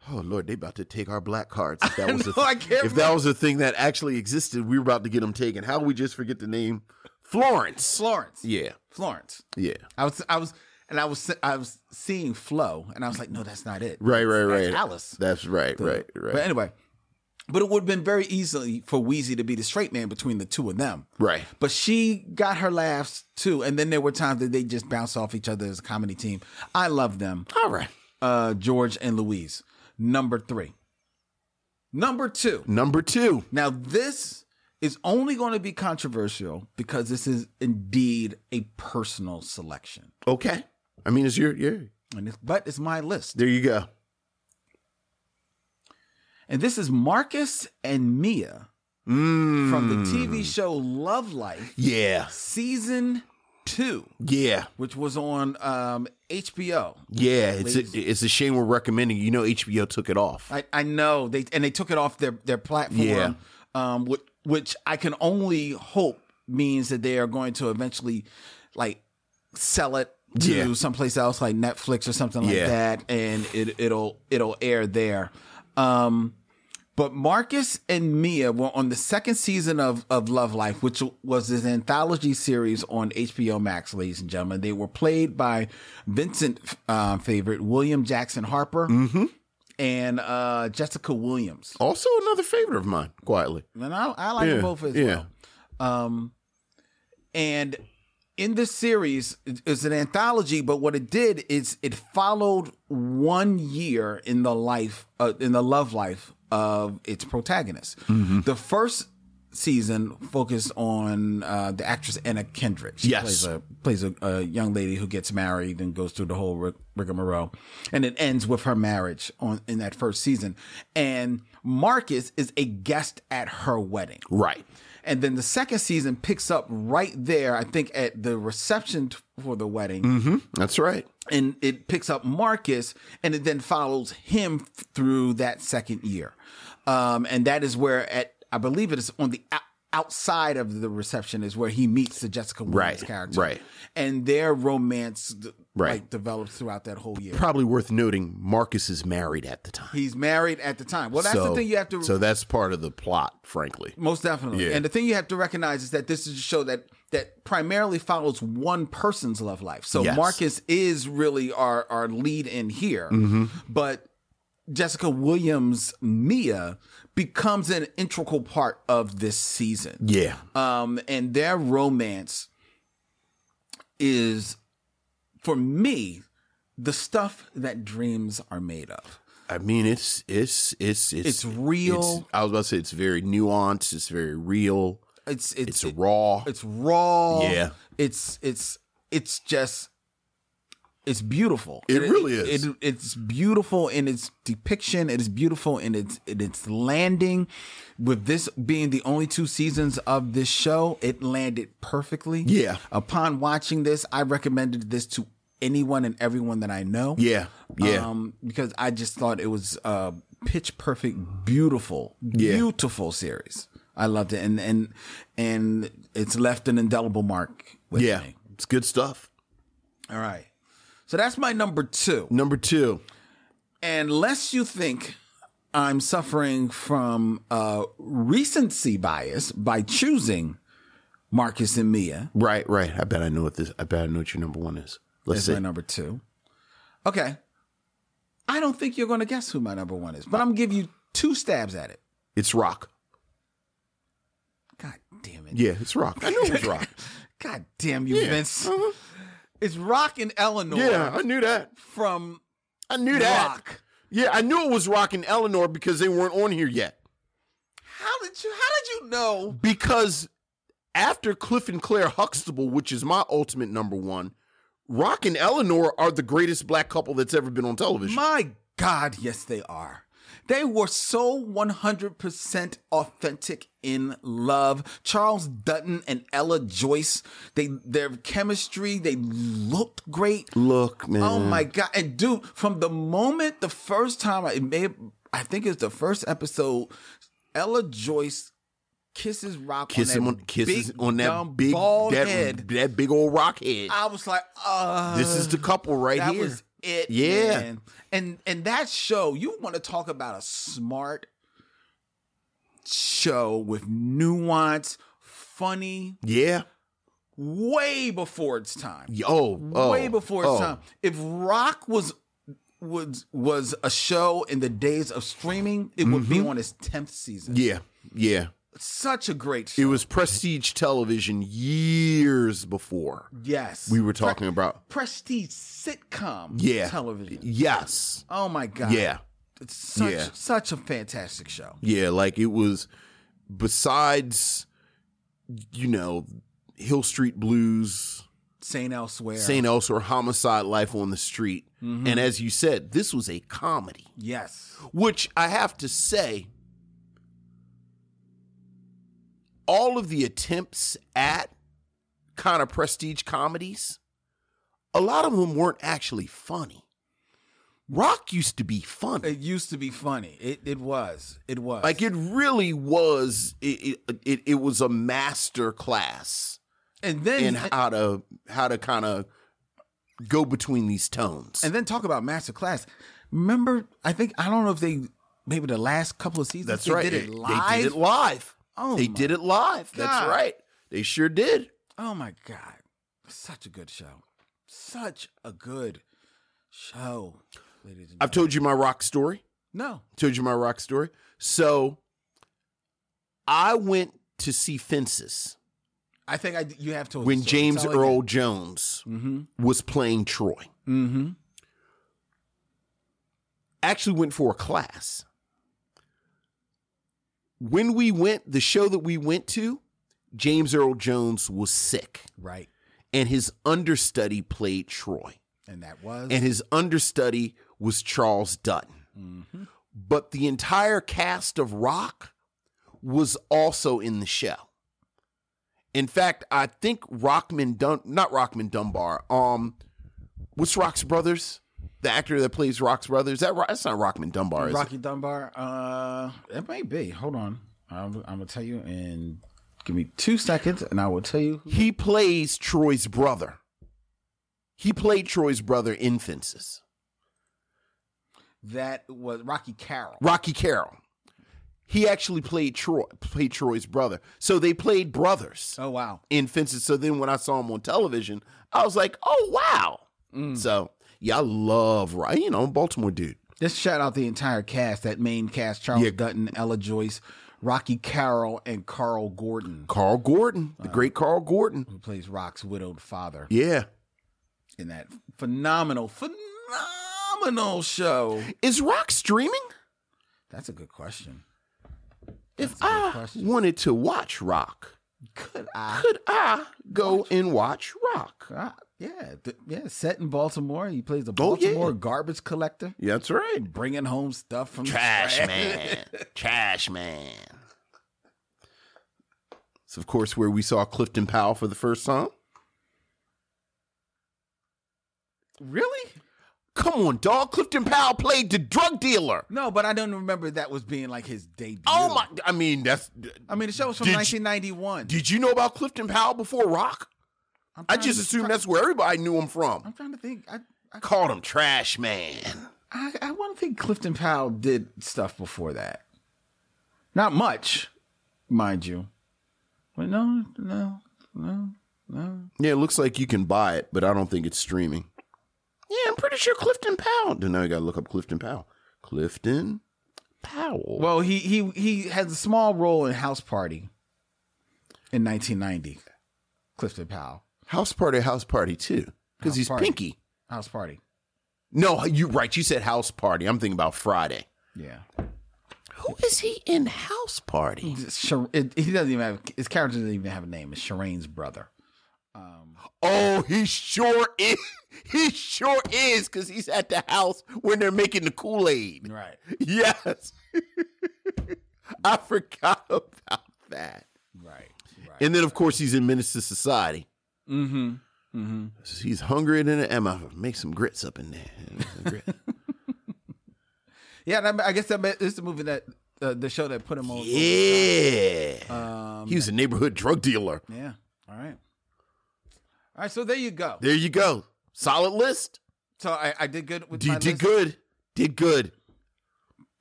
A: oh Lord, they about to take our black cards. If that was a
B: know, I can't
A: if that was a thing that actually existed, we were about to get them taken. How we just forget the name Florence?
B: Florence.
A: Yeah,
B: Florence.
A: yeah.
B: I was I was and I was I was seeing Flo and I was like, no, that's not it.
A: Right, right, right.
B: That's Alice.
A: That's right, right, right,
B: But anyway, but it would have been very easily for Wheezy to be the straight man between the two of them.
A: right.
B: But she got her laughs too. And then there were times that they just bounced off each other as a comedy team. I love them.
A: All right.
B: Uh, George and Louise. Number three. Number two.
A: Number two.
B: Now, this is only going to be controversial because this is indeed a personal selection.
A: Okay. I mean, it's your your.
B: And it's, but it's my list.
A: There you go.
B: And this is Marcus and Mia
A: Mm.
B: from the TV show Love Life,
A: Yeah,
B: season two,
A: yeah,
B: which was on um, HBO.
A: yeah. It's a, it's a shame we're recommending. You know, HBO took it off.
B: I, I know they and they took it off their their platform.
A: Yeah.
B: Um, which, which I can only hope means that they are going to eventually, like, sell it to
A: Yeah.
B: someplace else like Netflix or something
A: Yeah.
B: like that, and it it'll it'll air there. Um, but Marcus and Mia were on the second season of, of Love Life, which was this anthology series on HBO Max, ladies and gentlemen. They were played by Vincent uh, favorite William Jackson Harper
A: Mm-hmm.
B: and uh, Jessica Williams.
A: Also, another favorite of mine, quietly.
B: And I, I like
A: Yeah,
B: them both as
A: yeah.
B: well. Um, and in this series, it- it's an anthology, but what it did is it followed one year in the life, uh, in the love life of its protagonist. The first season focused on uh, the actress Anna Kendrick. She
A: Yes.
B: plays a plays a, a young lady who gets married and goes through the whole rig- rigmarole, and it ends with her marriage on in that first season. And Marcus is a guest at her wedding.
A: Right.
B: And then the second season picks up right there, I think, at the reception t- for the wedding.
A: Mm-hmm. That's right.
B: And it picks up Marcus and it then follows him f- through that second year. Um, and that is where, at I believe it is on the out- outside of the reception, is where he meets the Jessica Williams
A: Right,
B: character.
A: right.
B: And their romance d-
A: Right.
B: like, develops throughout that whole year.
A: Probably worth noting. Marcus is married at the time.
B: He's married at the time. Well, that's the thing you have to
A: So that's part of the plot, frankly.
B: Most definitely.
A: Yeah.
B: And the thing you have to recognize is that this is a show that that primarily follows one person's love life. So
A: Yes.
B: Marcus is really our our lead in here,
A: Mm-hmm.
B: but Jessica Williams Mia becomes an integral part of this season.
A: Yeah.
B: Um, and their romance is, for me, the stuff that dreams are made of.
A: I mean, it's it's it's it's
B: It's real.
A: it's- I was about to say it's very nuanced. It's very real.
B: It's it's
A: It's raw.
B: It's raw.
A: Yeah.
B: It's it's it's just it's beautiful.
A: It really is.
B: It, it's beautiful in its depiction. It is beautiful in its in its landing. With this being the only two seasons of this show, it landed perfectly.
A: Yeah.
B: Upon watching this, I recommended this to anyone and everyone that I know.
A: yeah. Yeah.
B: Um, because I just thought it was a pitch perfect, beautiful,
A: Yeah.
B: beautiful series. I loved it, and and and it's left an indelible mark. With
A: yeah.
B: me.
A: It's good stuff.
B: All right. So that's my number two.
A: Number two.
B: And lest you think I'm suffering from uh, recency bias by choosing Marcus and Mia.
A: Right, right. I bet I know what this. I bet I know what your number one is. Let's
B: That's
A: see.
B: my number two. Okay. I don't think you're going to guess who my number one is, but I'm going to give you two stabs at it.
A: It's rock.
B: God damn it.
A: Yeah, it's rock. I knew it was rock.
B: God damn you,
A: Yeah.
B: Vince.
A: Uh-huh.
B: It's Rock and Eleanor
A: Yeah, I knew that.
B: from
A: I knew that.
B: Rock.
A: Yeah, I knew it was Rock and Eleanor because they weren't on here yet.
B: How did you how did you know?
A: Because after Cliff and Claire Huxtable, which is my ultimate number one, Rock and Eleanor are the greatest black couple that's ever been on television.
B: My God, yes, they are. They were so 100% authentic in love. Charles Dutton and Ella Joyce, they their chemistry, they looked great.
A: Look, man.
B: Oh my god! And dude, from the moment the first time I it may, I think it's the first episode, Ella Joyce kisses Rock
A: Kiss
B: on
A: him
B: that
A: on kisses
B: big,
A: on
B: dumb,
A: that big
B: bald
A: that,
B: head.
A: that big old rock head.
B: I was like, uh
A: this is the couple right
B: that
A: here.
B: was it.
A: Yeah.
B: man. and and that show, you want to talk about a smart show with nuance, funny,
A: yeah.
B: way before its time.
A: Oh, oh,
B: way before its
A: oh.
B: time. If rock was was was a show in the days of streaming, it would be on its tenth season.
A: Mm-hmm. Yeah, yeah.
B: Such a great
A: It
B: show.
A: was prestige television years before
B: yes,
A: we were talking about.
B: prestige sitcom.
A: Yeah,
B: television.
A: Yes.
B: Oh my god.
A: Yeah,
B: it's such
A: yeah.
B: such a fantastic show.
A: yeah. Like it was. Besides, you know, Hill Street Blues,
B: Saint elsewhere.
A: Saint Elsewhere, Homicide, Life on the Street, and as you said, this was a comedy.
B: yes.
A: which I have to say, all of the attempts at kind of prestige comedies, a lot of them weren't actually funny. Rock used to be funny.
B: It used to be funny. It it was. It was.
A: Like it really was it it, it, it was a master class
B: and then
A: in how to how to kind of go between these tones.
B: And then talk about master class. Remember, I think I don't know if they maybe the last couple of seasons
A: That's
B: they
A: right.
B: did
A: They-
B: it live.
A: They did it live.
B: Oh
A: they
B: my
A: did it live. That's
B: God.
A: right. They sure did.
B: Oh my god, such a good show, such a good show, ladies and
A: I've told you my rock story.
B: no,
A: Told you my rock story. So I went to see Fences
B: I think I you have told
A: when James Earl Jones
B: Mm-hmm.
A: was playing Troy.
B: Mm-hmm.
A: Actually went for a class. When we went, the show that we went to, James Earl Jones was sick
B: Right,
A: and his understudy played Troy.
B: and that was
A: and his understudy was Charles Dutton.
B: Mm-hmm.
A: But the entire cast of Rock was also in the show. In fact, I think Rockman Dun not Rockman Dunbar. Um, what's Rock's brothers? The actor that plays Rock's brothers. That Ro- that's not Rockman Dunbar. Is
B: Rocky Dunbar. Uh, it may be. Hold on, I'm, I'm gonna tell you in give me two seconds, and I will tell you.
A: it? He plays Troy's brother. He played Troy's brother in Fences.
B: That was Rocky Carroll.
A: Rocky Carroll. He actually played Troy played Troy's brother. So they played brothers.
B: Oh wow.
A: in fences. So then when I saw him on television, I was like, oh wow.
B: Mm.
A: So yeah, I love right. You know, I'm a Baltimore dude.
B: Just shout out the entire cast, that main cast: Charles
A: Yeah.
B: Dutton, Ella Joyce, Rocky Carroll, and Carl Gordon,
A: Carl Gordon, the great Carl Gordon.
B: who plays Rock's widowed father
A: Yeah.
B: in that phenomenal, phenomenal show.
A: Is rock streaming?
B: That's a good question.
A: If
B: a good
A: I
B: question.
A: wanted to watch rock,
B: Could I?
A: could I go and watch rock?
B: Uh, yeah, th- yeah. Set in Baltimore, he plays the
A: Oh, yeah.
B: Baltimore garbage collector,
A: Yeah, that's right.
B: bringing home stuff from the
A: Trash man. Trash man. It's of course where we saw Clifton Powell for the first time.
B: Really?
A: Come on, dog. Clifton Powell played the drug dealer.
B: No, but I don't remember that was being like his debut.
A: Oh my! I mean, that's.
B: I mean, the show was from
A: Did you-
B: 1991.
A: Did you know about Clifton Powell before Rock?
B: I'm
A: I
B: trying
A: just
B: to-
A: assumed that's where everybody knew him
B: I'm
A: from.
B: trying to think. I, I
A: Called him Trash Man.
B: I, I want to think Clifton Powell did stuff before that. Not much, mind you. But no, no. No, no.
A: Yeah, it looks like you can buy it, but I don't think it's streaming. Yeah, I'm pretty sure Clifton Powell. Now you gotta look up Clifton Powell. Clifton Powell.
B: Well, he he he has a small role in House Party in 1990. Clifton Powell,
A: House Party, House Party too, because
B: House
A: he's
B: Party.
A: Pinky.
B: House Party.
A: No, you right. You said House Party. I'm thinking about Friday.
B: Yeah,
A: Who is he in House Party?
B: It's Shir- it, he doesn't even have his character doesn't even have a name. It's Shireen's brother.
A: Oh, he sure is. He sure is, because he's at the house when they're making the Kool Aid.
B: Right.
A: Yes. I forgot about that.
B: Right. Right.
A: And then, of course, he's in Menace to Society.
B: Mm-hmm. Mm-hmm.
A: He's hungrier than an Emma. Make some grits up in there. Some grit.
B: Yeah, and I, I guess that ma- this is the movie that uh, the show that put him on.
A: yeah.
B: Um,
A: He was a neighborhood drug dealer.
B: yeah. All right. All right. So there you go.
A: There you go. Solid list.
B: So I, I did good with
A: You
B: my
A: did
B: list.
A: good. Did good.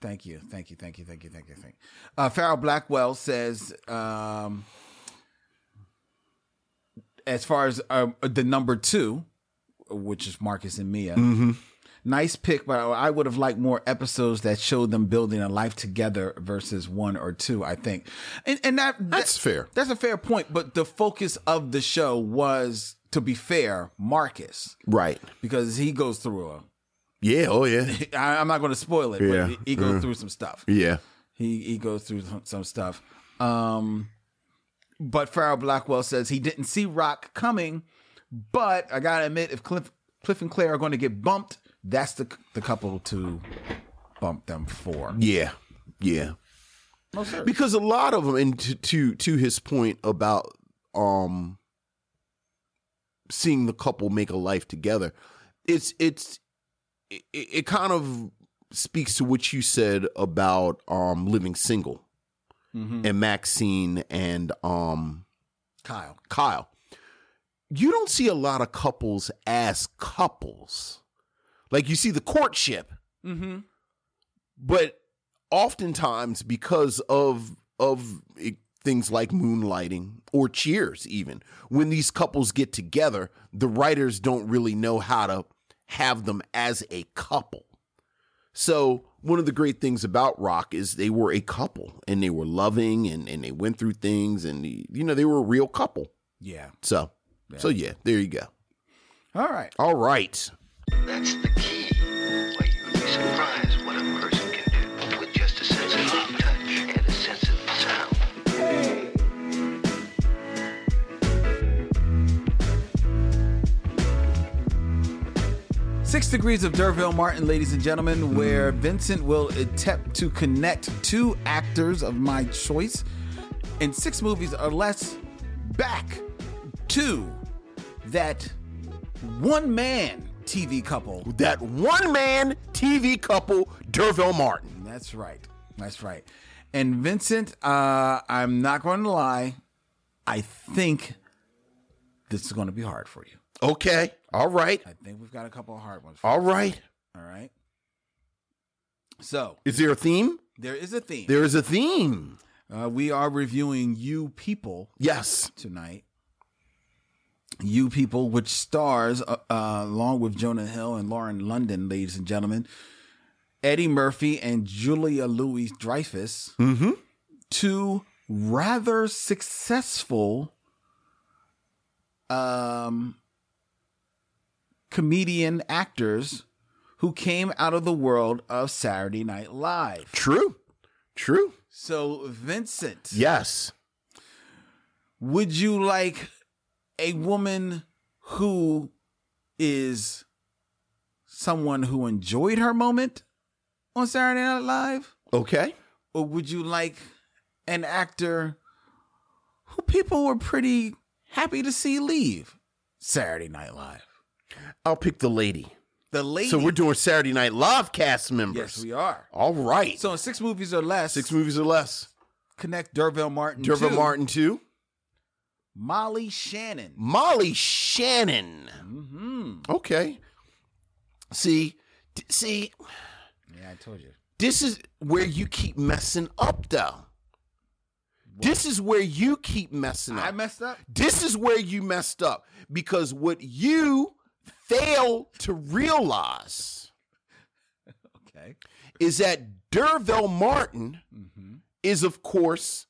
B: Thank you, thank you, thank you, thank you, thank you, thank you. Uh, Farrell Blackwell says, um, as far as uh, the number two, which is Marcus and Mia,
A: Mm-hmm.
B: nice pick, but I would have liked more episodes that showed them building a life together versus one or two. I think, and and that, that-
A: That's fair.
B: That's a fair point. But the focus of the show was, to be fair, Marcus
A: Right.
B: because he goes through a.
A: Yeah. Oh, yeah.
B: I, I'm not going to spoil it,
A: Yeah.
B: but he- he goes through some stuff
A: Yeah.
B: he he goes through some, some stuff. Um, but Farrell Blackwell says he didn't see Rock coming, but I gotta admit, if Cliff Cliff and Claire are going to get bumped, that's the the couple to bump them for.
A: Yeah. Yeah.
B: No, sir.
A: Because a lot of them, and to to, to his point about um seeing the couple make a life together, it's it's it, it kind of speaks to what you said about um living single
B: Mhm.
A: and Maxine and um
B: Kyle.
A: Kyle, you don't see a lot of couples as couples. Like you see the courtship,
B: Mm-hmm.
A: but oftentimes because of of it, things like moonlighting or cheers even when these couples get together the writers don't really know how to have them as a couple so one of the great things about rock is they were a couple and they were loving and, and they went through things and you know they were a real couple
B: Yeah.
A: so so yeah there you go
B: All right.
A: all right
D: That's the key. Why you'd be surprised what a person can do with just a sense of touch and a sense of sound.
B: Six Degrees of Derville Martin, ladies and gentlemen, where Vincent will attempt to connect two actors of my choice in six movies or less back to that one man TV couple.
A: that one man tv couple derville martin
B: That's right. That's right. And Vincent, uh, I'm not going to lie. I think this is going to be hard for you.
A: Okay. All right.
B: I think we've got a couple of hard ones.
A: All right.
B: All right. So
A: Is there a theme?
B: there is a theme.
A: There is a theme.
B: Uh, we are reviewing You People
A: Yes.
B: tonight. You People, which stars uh, uh, along with Jonah Hill and Lauren London, ladies and gentlemen, Eddie Murphy and Julia Louis Dreyfus,
A: Mm-hmm.
B: two rather successful um, comedian actors who came out of the world of Saturday Night Live.
A: True. True.
B: So, Vincent.
A: Yes.
B: would you like a woman who is someone who enjoyed her moment on Saturday Night Live?
A: Okay.
B: Or would you like an actor who people were pretty happy to see leave Saturday Night Live?
A: I'll pick the lady.
B: The lady.
A: So we're doing Saturday Night Live cast members.
B: yes, we are.
A: All right.
B: So in six movies or less,
A: Six movies or less.
B: connect Derville Martin,
A: Derville
B: to
A: Martin too.
B: Molly Shannon.
A: Molly Shannon.
B: hmm
A: Okay. See, d- see,
B: Yeah, I told you.
A: this is where you keep messing up though. This is where you keep messing up.
B: I messed up.
A: This is where you messed up because what you fail to realize
B: Okay.
A: is that Dervell Martin is, of course,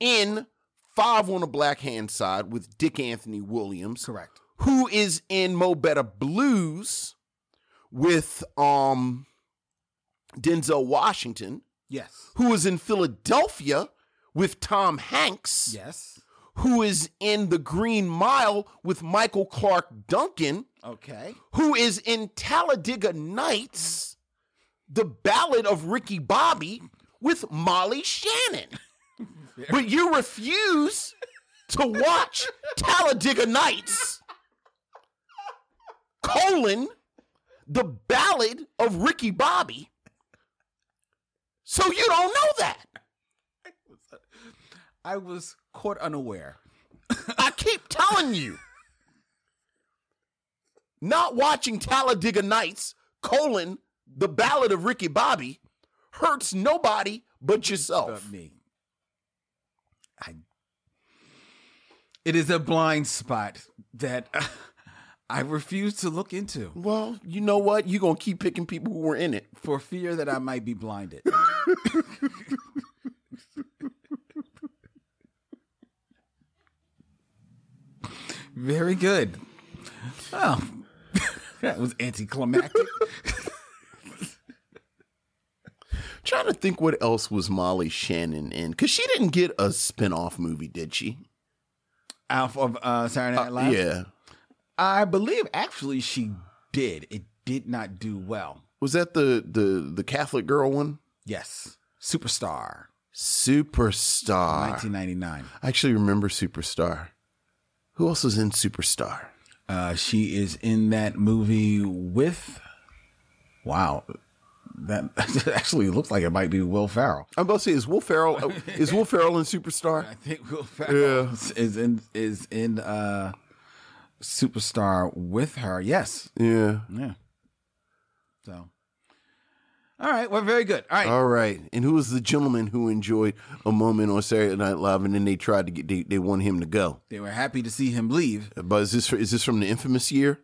A: in Five on the Black Hand Side with Dick Anthony Williams,
B: Correct.
A: who is in Mo Better Blues with um, Denzel Washington,
B: Yes.
A: who is in Philadelphia with Tom Hanks
B: Yes.
A: who is in the Green Mile with Michael Clark Duncan,
B: Okay.
A: who is in Talladega Nights, the ballad of Ricky Bobby with Molly Shannon. but you refuse to watch Talladega Nights, colon, the ballad of Ricky Bobby. So you don't know that.
B: I was caught unaware.
A: I keep telling you. Not watching Talladega Nights, colon, the ballad of Ricky Bobby, hurts nobody but
B: But
A: yourself.
B: me. I. It is a blind spot that I refuse to look into
A: Well, you know what? You're going to keep picking people who were in it.
B: for fear that I might be blinded. Very good. Oh, that was anticlimactic.
A: Trying to think what else was Molly Shannon in. Because she didn't get a spinoff movie, did she?
B: Alpha of uh, Saturday Night Live.
A: Yeah.
B: I believe actually she did. It did not do well.
A: Was that the, the, the Catholic girl one?
B: Yes. Superstar.
A: Superstar.
B: 1999.
A: I actually remember Superstar. Who else was in Superstar?
B: Uh, she is in that movie with. Wow. That actually looks like it might be Will Farrell.
A: I'm about to say, is Will Ferrell uh, is Will Ferrell in Superstar?
B: I think Will Farrell is in is in uh, Superstar with her. Yes.
A: Yeah.
B: Yeah. So. All right. Well, very good. All right.
A: All right. And who was the gentleman who enjoyed a moment on Saturday Night Live, and then they tried to get they, they want him to go?
B: They were happy to see him leave.
A: But is this is this from the infamous year?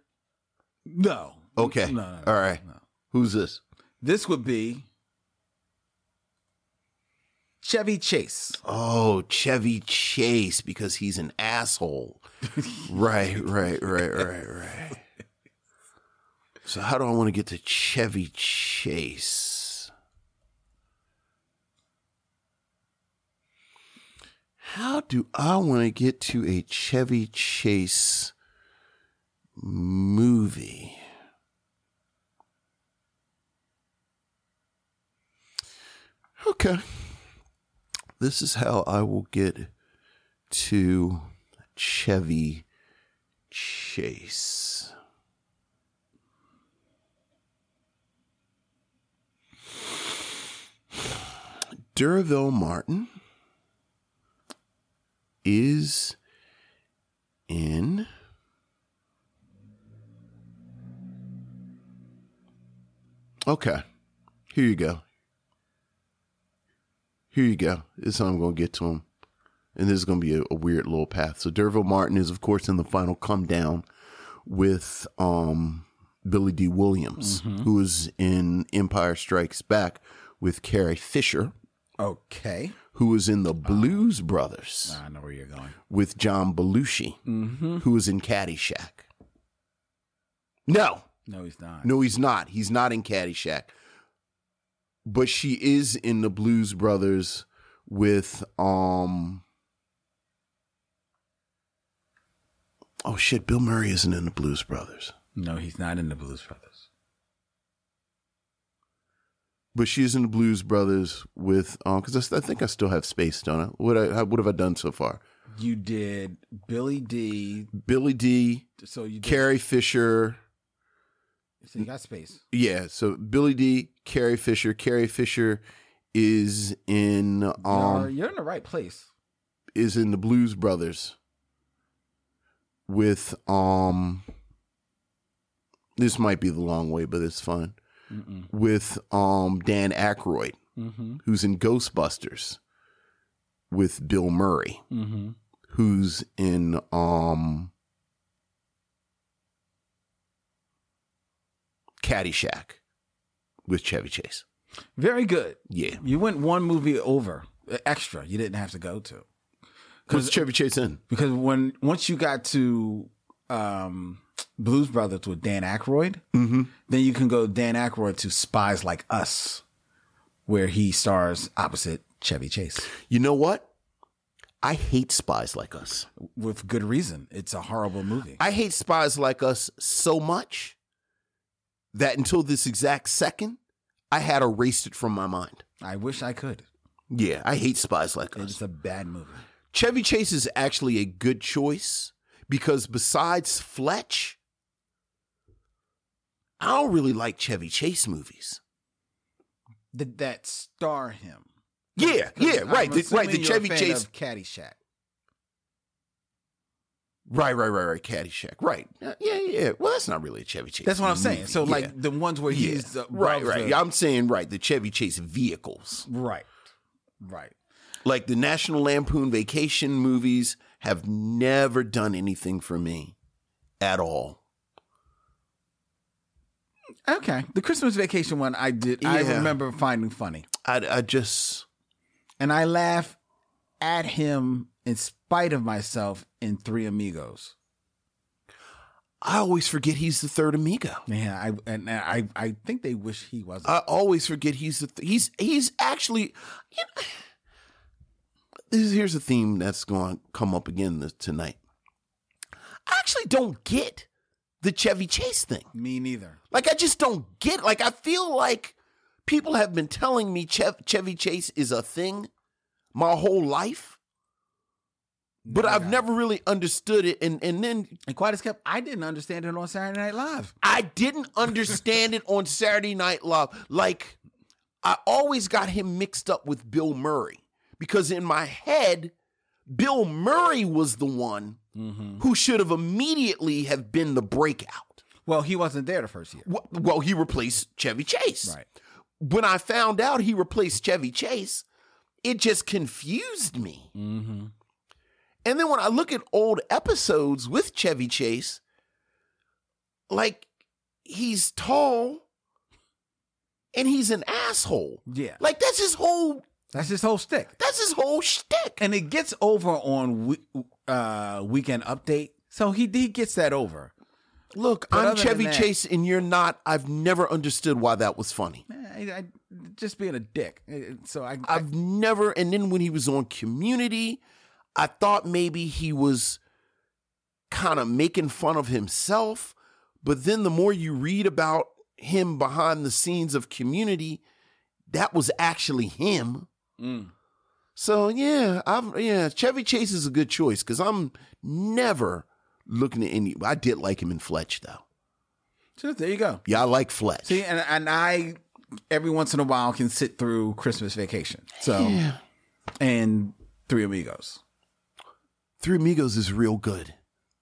B: No.
A: Okay.
B: No, no, no.
A: All right. Who's this?
B: This would be Chevy Chase.
A: Oh, Chevy Chase because he's an asshole. right. Right. Right. Right. Right. So how do I want to get to Chevy Chase? How do I want to get to a Chevy Chase movie? Okay. This is how I will get to Chevy Chase. Duraville Martin is in Okay. Here you go. Here you go. This is how I'm gonna get to him. And this is gonna be a, a weird little path. So Derville Martin is of course in the final come down with um Billy D. Williams, who is in Empire Strikes Back with Carrie Fisher
B: Okay.
A: who was in the Blues Brothers
B: I know where you're going.
A: with John Belushi,
B: Mm-hmm.
A: who was in Caddyshack. No,
B: No, he's not.
A: no, he's not. He's not in Caddyshack. But she is in the Blues Brothers with um. Oh shit! Bill Murray isn't in the Blues Brothers,
B: No, he's not in the Blues Brothers.
A: but she is in the Blues Brothers with um. Because I, s- I think I still have space, don't I? What I, how- what have I done so far?
B: You did Billy D.
A: Billy D.
B: So you did,
A: Carrie Fisher.
B: So you got space.
A: Yeah, so Billy D, Carrie Fisher. Carrie Fisher is in
B: No,
A: um
B: you're in the right place.
A: is in the Blues Brothers with um this might be the long way, but it's fun.
B: Mm-hmm.
A: With um Dan Aykroyd, who's in Ghostbusters with Bill Murray,
B: Mm-hmm.
A: who's in um Caddyshack with Chevy Chase.
B: Very good.
A: Yeah.
B: You went one movie over uh, extra. You didn't have to go to
A: What's Chevy Chase in?
B: because when once you got to um, Blues Brothers with Dan Aykroyd,
A: Mm-hmm.
B: then you can go Dan Aykroyd to Spies Like Us, where he stars opposite Chevy Chase
A: You know what? I hate spies like us.
B: with good reason. It's a horrible movie.
A: I hate spies like us so much that until this exact second, I had erased it from my mind.
B: I wish I could.
A: Yeah, I hate spies like us.
B: It's a bad movie.
A: Chevy Chase is actually a good choice because besides Fletch, I don't really like Chevy Chase movies.
B: Did that star him?
A: Yeah, yeah,
B: I'm
A: right, the, right. The
B: assuming you're a
A: Chevy
B: fan
A: Chase,
B: of Caddyshack.
A: right, right, right, right. Caddyshack, right. Uh, Yeah, yeah. Well, that's not really a Chevy Chase.
B: That's what I'm saying.
A: movie,
B: So
A: yeah.
B: like the ones where
A: yeah,
B: he's the,
A: right,
B: above
A: right.
B: the-
A: I'm saying right. The Chevy Chase vehicles,
B: right, right.
A: like the National Lampoon Vacation movies, have never done anything for me at all.
B: Okay, the Christmas Vacation one I did. I
A: Yeah.
B: remember finding funny,
A: I, I just
B: and I laugh at him in spite of myself in Three Amigos.
A: I always forget he's the third amigo.
B: Yeah, I and I I think they wish he wasn't.
A: I always forget he's the th- he's he's actually. You know, this is, here's a theme that's going to come up again this, tonight. I actually don't get the Chevy Chase thing.
B: Me neither.
A: Like I just don't get. Like I feel like people have been telling me Chev- Chevy Chase is a thing my whole life, but
B: No,
A: I've
B: no.
A: never really understood it. And and then
B: And quite as kept, I didn't understand it on Saturday Night Live.
A: I didn't understand it on Saturday Night Live. Like, I always got him mixed up with Bill Murray because in my head, Bill Murray was the one
B: Mm-hmm.
A: who should have immediately have been the breakout.
B: Well, he wasn't there the first year.
A: Wh- Well, he replaced Chevy Chase.
B: Right.
A: When I found out he replaced Chevy Chase, it just confused me.
B: Mm-hmm.
A: And then when I look at old episodes with Chevy Chase, like he's tall and he's an asshole.
B: Yeah.
A: Like that's his whole
B: That's his whole stick.
A: that's his whole shtick.
B: and it gets over on we, uh, weekend update. So he he gets that over.
A: Look,
B: But
A: I'm
B: other than
A: Chevy
B: that-
A: Chase and you're not. I've never understood why that was funny.
B: Eh, I, I, just being a dick. Eh, So I, I
A: I've never and then when he was on community, I thought maybe he was kind of making fun of himself, but then the more you read about him behind the scenes of community, that was actually him.
B: Mm.
A: So yeah, I've yeah, Chevy Chase is a good choice because I'm never looking at any I did like him in Fletch though.
B: so there you go.
A: Yeah, I like Fletch.
B: See, and and I every once in a while can sit through Christmas Vacation. So and Three Amigos.
A: Three Amigos is real good.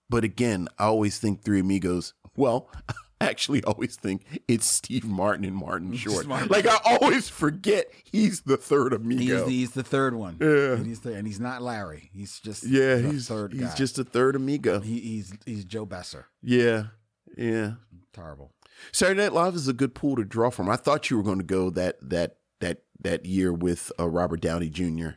A: But again, I always think Three Amigos, well, I actually always think it's Steve Martin and Martin Short.
B: Martin.
A: Like I always forget he's the third
B: He's,
A: amigo.
B: the, he's the third one. Yeah, and he's, the, and he's not Larry. He's just
A: yeah,
B: the
A: he's
B: third
A: he's
B: guy.
A: just a third amigo.
B: he, he's he's Joe Besser.
A: Yeah. Yeah.
B: Terrible.
A: Saturday Night Live is a good pool to draw from. I thought you were going to go that that that that year with uh, Robert Downey Jr.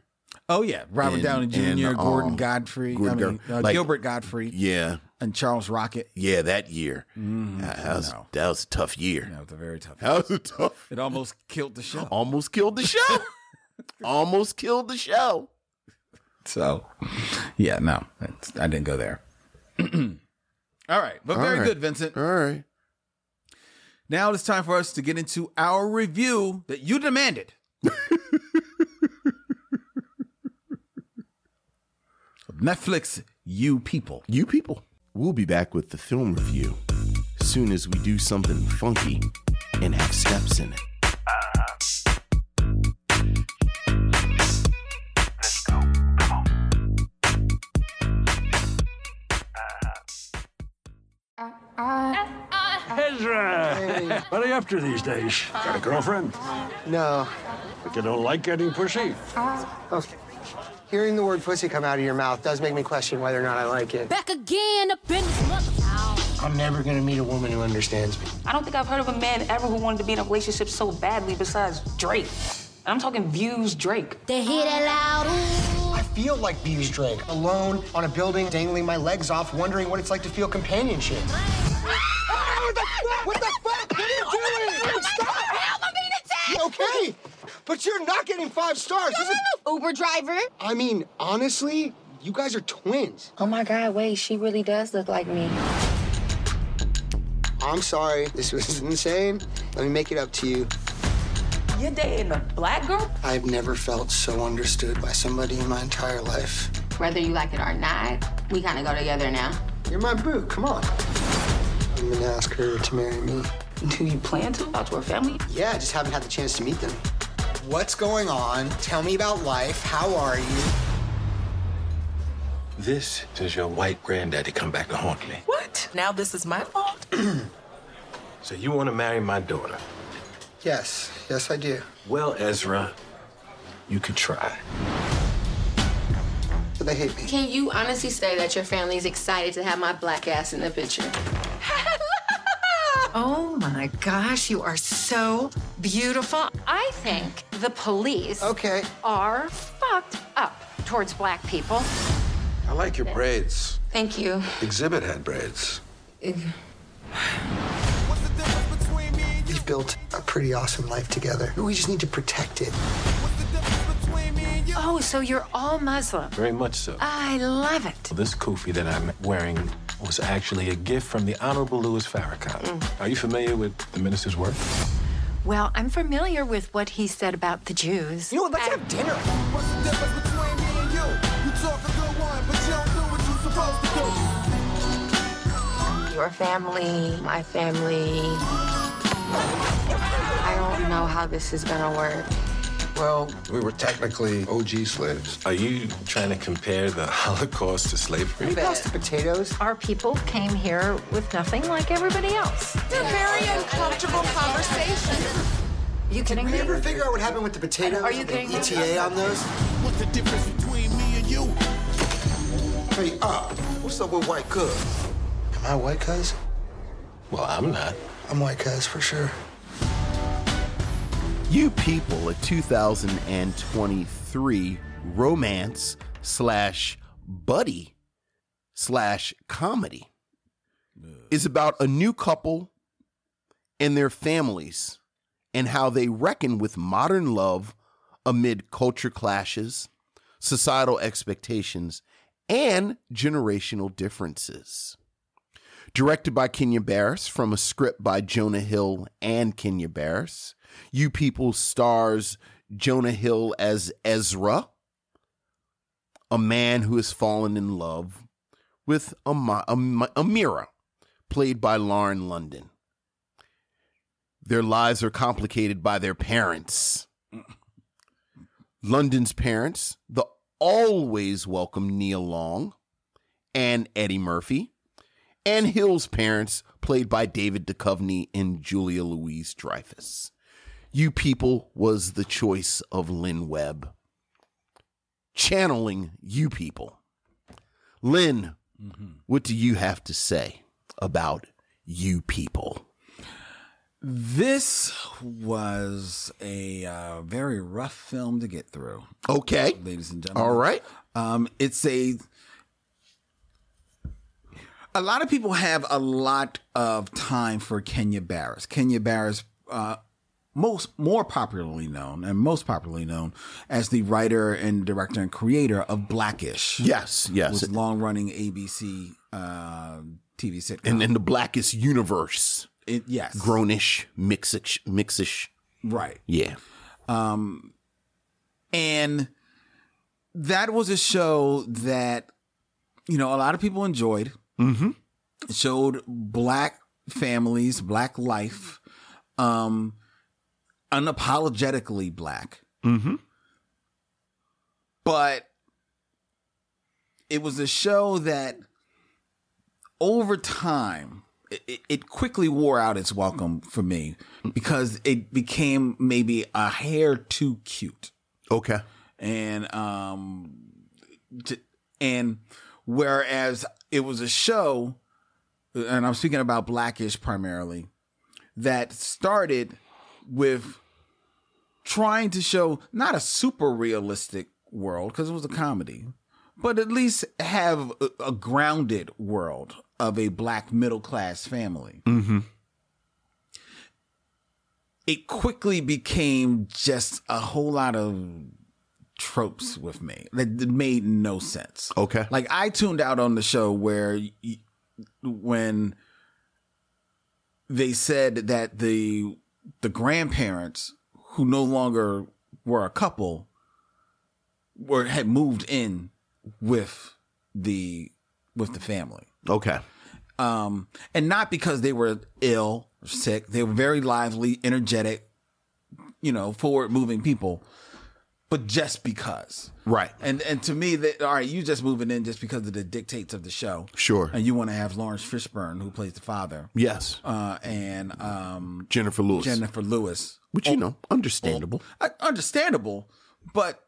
B: Oh yeah, Robert
A: And-
B: Downey Jr.,
A: and,
B: uh, Gordon
A: um,
B: Godfrey,
A: Gordon
B: I mean,
A: Gar-
B: uh,
A: like-
B: Gilbert Godfrey,
A: Yeah.
B: and Charles Rocket.
A: Yeah, that year. Uh, that, was,
B: Mm-hmm. no.
A: that was a tough year.
B: That was a very tough.
A: That was a tough
B: It almost killed the show.
A: almost killed the show. almost killed the show.
B: So, yeah, no, that's, I didn't go there. All right, but very
A: right.
B: good, Vincent.
A: All right.
B: Now it's time for us to get into our review that you demanded. Netflix, you people.
A: You people. We'll be back with the film review soon as we do something funky and have steps in it.
E: Ezra! What are you up to these days? Got a girlfriend?
F: No.
E: But you don't like getting pussy?
F: Okay. Hearing the word pussy come out of your mouth does make me question whether or not I like it.
G: Back again up in this mother.
F: I'm never gonna meet a woman who understands me.
H: I don't think I've heard of a man ever who wanted to be in a relationship so badly besides Drake. And I'm talking views Drake.
G: They hear that loud. Ooh.
F: I feel like Beavis Drake, alone on a building, dangling my legs off, wondering what it's like to feel companionship. what the fuck? What the fuck? What are you doing? Stop!
G: Help, I'm being attacked.
F: Okay, but you're not getting five stars. This is-
G: Uber driver.
F: I mean, honestly, you guys are twins.
H: Oh my God, wait, she really does look like me.
F: I'm sorry, this was insane. Let me make it up to you.
H: You're dating a black girl?
F: I've never felt so understood by somebody in my entire life.
H: Whether you like it or not, we kind of go together now.
F: You're my boo, come on. I'm gonna ask her to marry me.
H: Do you plan to? Out to her family?
F: Yeah, I just haven't had the chance to meet them. What's going on? Tell me about life. How are you?
D: This is your white granddaddy come back to haunt me.
H: What? Now this is my fault?
D: So you want to marry my daughter?
F: Yes, yes, I do.
D: Well, Ezra, you could try.
F: But they hate me.
H: Can you honestly say that your family's excited to have my black ass in the picture?
G: Oh my gosh, you are so beautiful. I think the police
F: Okay.
G: are fucked up towards black people.
D: I like your braids.
H: Thank you.
D: Exhibit had braids.
F: We've built a pretty awesome life together. We just need to protect it.
G: Oh, so you're all Muslim.
D: Very much so.
G: I love it.
D: This kufi that I'm wearing was actually a gift from the Honorable Louis Farrakhan.
G: Mm.
D: Are you familiar with the minister's work?
G: Well, I'm familiar with what he said about the Jews.
F: You know what? Let's have dinner.
H: Your family, my family. I don't know how this is gonna work.
D: Well, we were technically OG slaves. Are you trying to compare the Holocaust to slavery?
F: Pass the potatoes.
G: Our people came here with nothing like everybody else. It's a very uncomfortable conversation. You kidding me?
F: Did you ever figure out what happened with the potatoes?
G: Are you
F: and
G: kidding me?
F: the ETA on those?
I: What's the difference between me and you?
F: Hey, up. What's up with white cuz? Am I white cuz?
D: Well, I'm not.
F: I'm white cuz for sure.
A: You people a 2023 romance slash buddy slash comedy is about a new couple and their families and how they reckon with modern love amid culture clashes, societal expectations, and generational differences. Directed by Kenya Barris from a script by Jonah Hill and Kenya Barris. You People stars Jonah Hill as Ezra, a man who has fallen in love with Ama- Am- Amira, played by Lauren London. Their lives are complicated by their parents. London's parents, the always welcome Neil Long and Eddie Murphy, and Hill's parents, played by David Duchovny and Julia Louise Dreyfus. You People was the choice of Lynn Webb. Channeling You People. Lynn,
B: Mm-hmm.
A: what do you have to say about You People?
B: This was a uh, very rough film to get through,
A: Okay.
B: ladies and gentlemen.
A: All right.
B: Um, it's a. A lot of people have a lot of time for Kenya Barris. Kenya Barris, uh, most more popularly known and most popularly known as the writer and director and creator of Blackish.
A: Yes, yes.
B: was long running ABC uh, TV sitcom.
A: And in the blackest universe,
B: It- yes,
A: grownish, mixish, mixish.
B: right.
A: Yeah.
B: And that was a show that, you know, a lot of people enjoyed. Mm-hmm. It showed black families, black life, um, unapologetically black. Mm-hmm. But it was a show that over time, it, it quickly wore out its welcome for me because it became maybe a hair too cute
A: Okay.
B: and um j- and whereas it was a show, and I'm speaking about Blackish primarily, that started with trying to show not a super realistic world because it was a comedy, but at least have a, a grounded world of a black middle class family.
J: Mm-hmm.
B: It quickly became just a whole lot of tropes with me that that made no sense.
A: Okay.
B: Like I tuned out on the show where y- when they said that the the grandparents who no longer were a couple were had moved in with the with the family.
A: Okay.
B: Um and not because they were ill or sick. They were very lively, energetic, you know, forward moving people. But just because.
A: Right.
B: And and to me that all right, you just moving in just because of the dictates of the show.
A: Sure.
B: And you want to have Lawrence Fishburne who plays the father.
A: Yes.
B: Uh and um
A: Jennifer Lewis.
B: Jennifer Oh. Lewis.
A: Which, you know, understandable.
B: I, understandable, but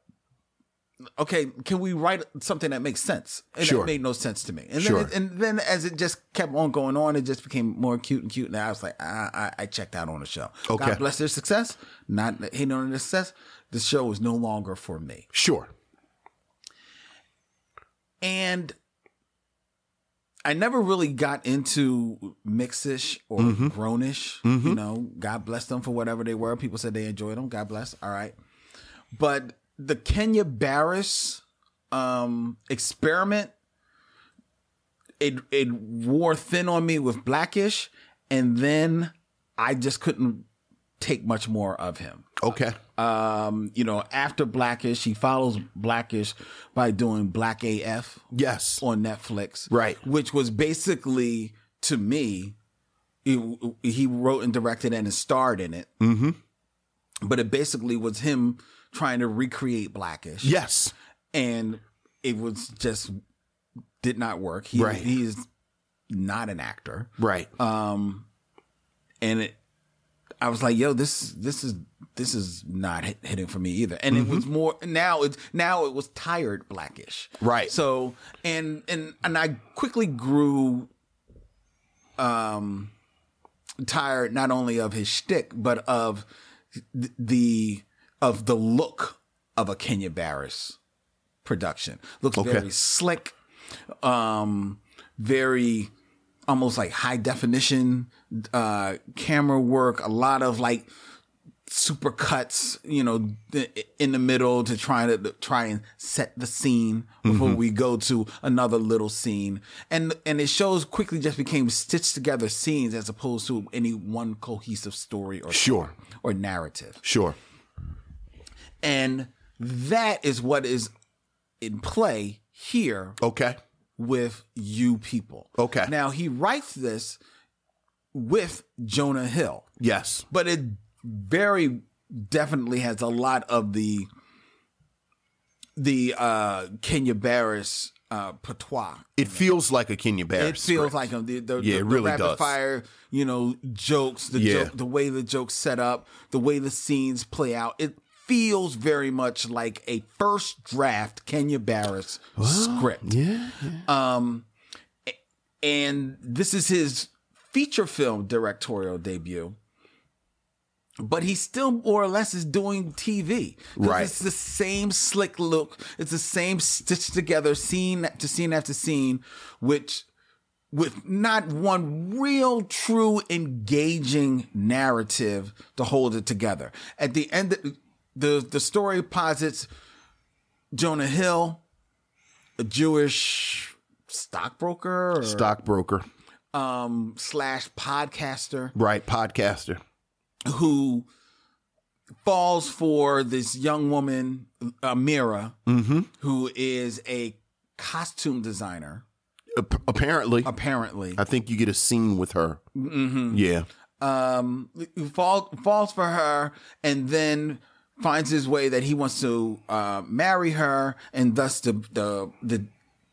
B: okay, can we write something that makes sense? And
A: Sure.
B: that made no sense to me. And
A: Sure.
B: then it, and then as it just kept on going on, it just became more cute and cute. And I was like, I I, I checked out on the show.
A: Okay.
B: God bless their success. Not hating on their success. The show is no longer for me.
A: Sure.
B: And I never really got into mixish or grownish. You know, God bless them for whatever they were. People said they enjoyed them. God bless. All right. But the Kenya Barris um, experiment, it it wore thin on me with Blackish, and then I just couldn't take much more of him
A: Okay.
B: um, you know, after Blackish, he follows Blackish by doing Black AF
A: Yes.
B: on Netflix,
A: Right.
B: Which was basically to me, it, he wrote and directed and starred in it,
A: Mhm.
B: but it basically was him trying to recreate Blackish,
A: Yes.
B: and it was just did not work. He,
A: Right.
B: he is not an actor,
A: Right.
B: um and it i was like yo this this is this is not hit, hitting for me either and it
A: Mm-hmm.
B: was more now it's now it was tired blackish
A: Right.
B: so and and and i quickly grew um tired not only of his shtick but of th- the of the look of a Kenya Barris production. Looks
A: Okay.
B: very slick, um, very almost like high definition uh, camera work. A lot of like super cuts, you know, th- in the middle to try to to try and set the scene before
A: Mm-hmm.
B: we go to another little scene. And and it shows quickly just became stitched together scenes as opposed to any one cohesive story or
A: Sure.
B: or narrative.
A: Sure.
B: And that is what is in play here
A: Okay.
B: with you people.
A: Okay.
B: Now he writes this with Jonah Hill,
A: Yes.
B: but it very definitely has a lot of the the uh Kenya Barris uh patois.
A: It feels like a Kenya Barris.
B: It feels
A: script.
B: like him. The, the,
A: Yeah,
B: the-
A: it
B: the
A: really
B: rapid
A: does.
B: fire, you know, jokes, the
A: Yeah.
B: joke, the way the jokes set up, the way the scenes play out. It feels very much like a first draft Kenya Barris script.
A: Yeah.
B: Um, a- and this is his feature film directorial debut. But he still more or less is doing TV. 'Cause
A: Right.
B: It's the same slick look. It's the same stitched together scene to scene after scene, which with not one real, true, engaging narrative to hold it together. At the end, the the story posits Jonah Hill, a Jewish stockbroker, or,
A: Stockbroker.
B: um, slash podcaster,
A: Right. Podcaster.
B: who falls for this young woman, Amira, who is a costume designer,
A: Ap- apparently.
B: apparently.
A: I think you get a scene with her.
B: Mm-hmm.
A: Yeah.
B: um fall, falls for her and then finds his way that he wants to uh, marry her and thus the, the the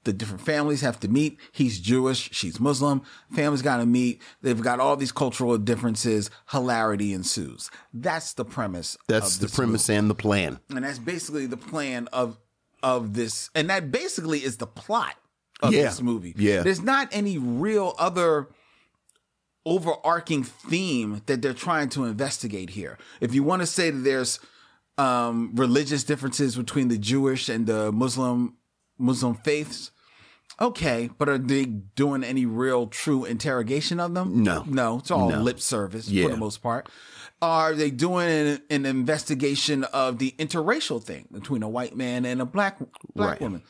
B: the different families have to meet he's jewish she's muslim families got to meet they've got all these cultural differences hilarity ensues that's the premise
A: That's
B: of
A: the
B: this
A: premise and the plan.
B: and that's basically the plan of of this, and that basically is the plot of
A: Yeah.
B: this movie.
A: Yeah.
B: There's not any real other overarching theme that they're trying to investigate here. If you want to say that there's um, religious differences between the Jewish and the Muslim Muslim faiths, okay, but are they doing any real true interrogation of them?
A: No.
B: no, it's all
A: No.
B: lip service
A: Yeah.
B: for the most part. Are they doing an, an investigation of the interracial thing between a white man and a black black
A: Right.
B: woman?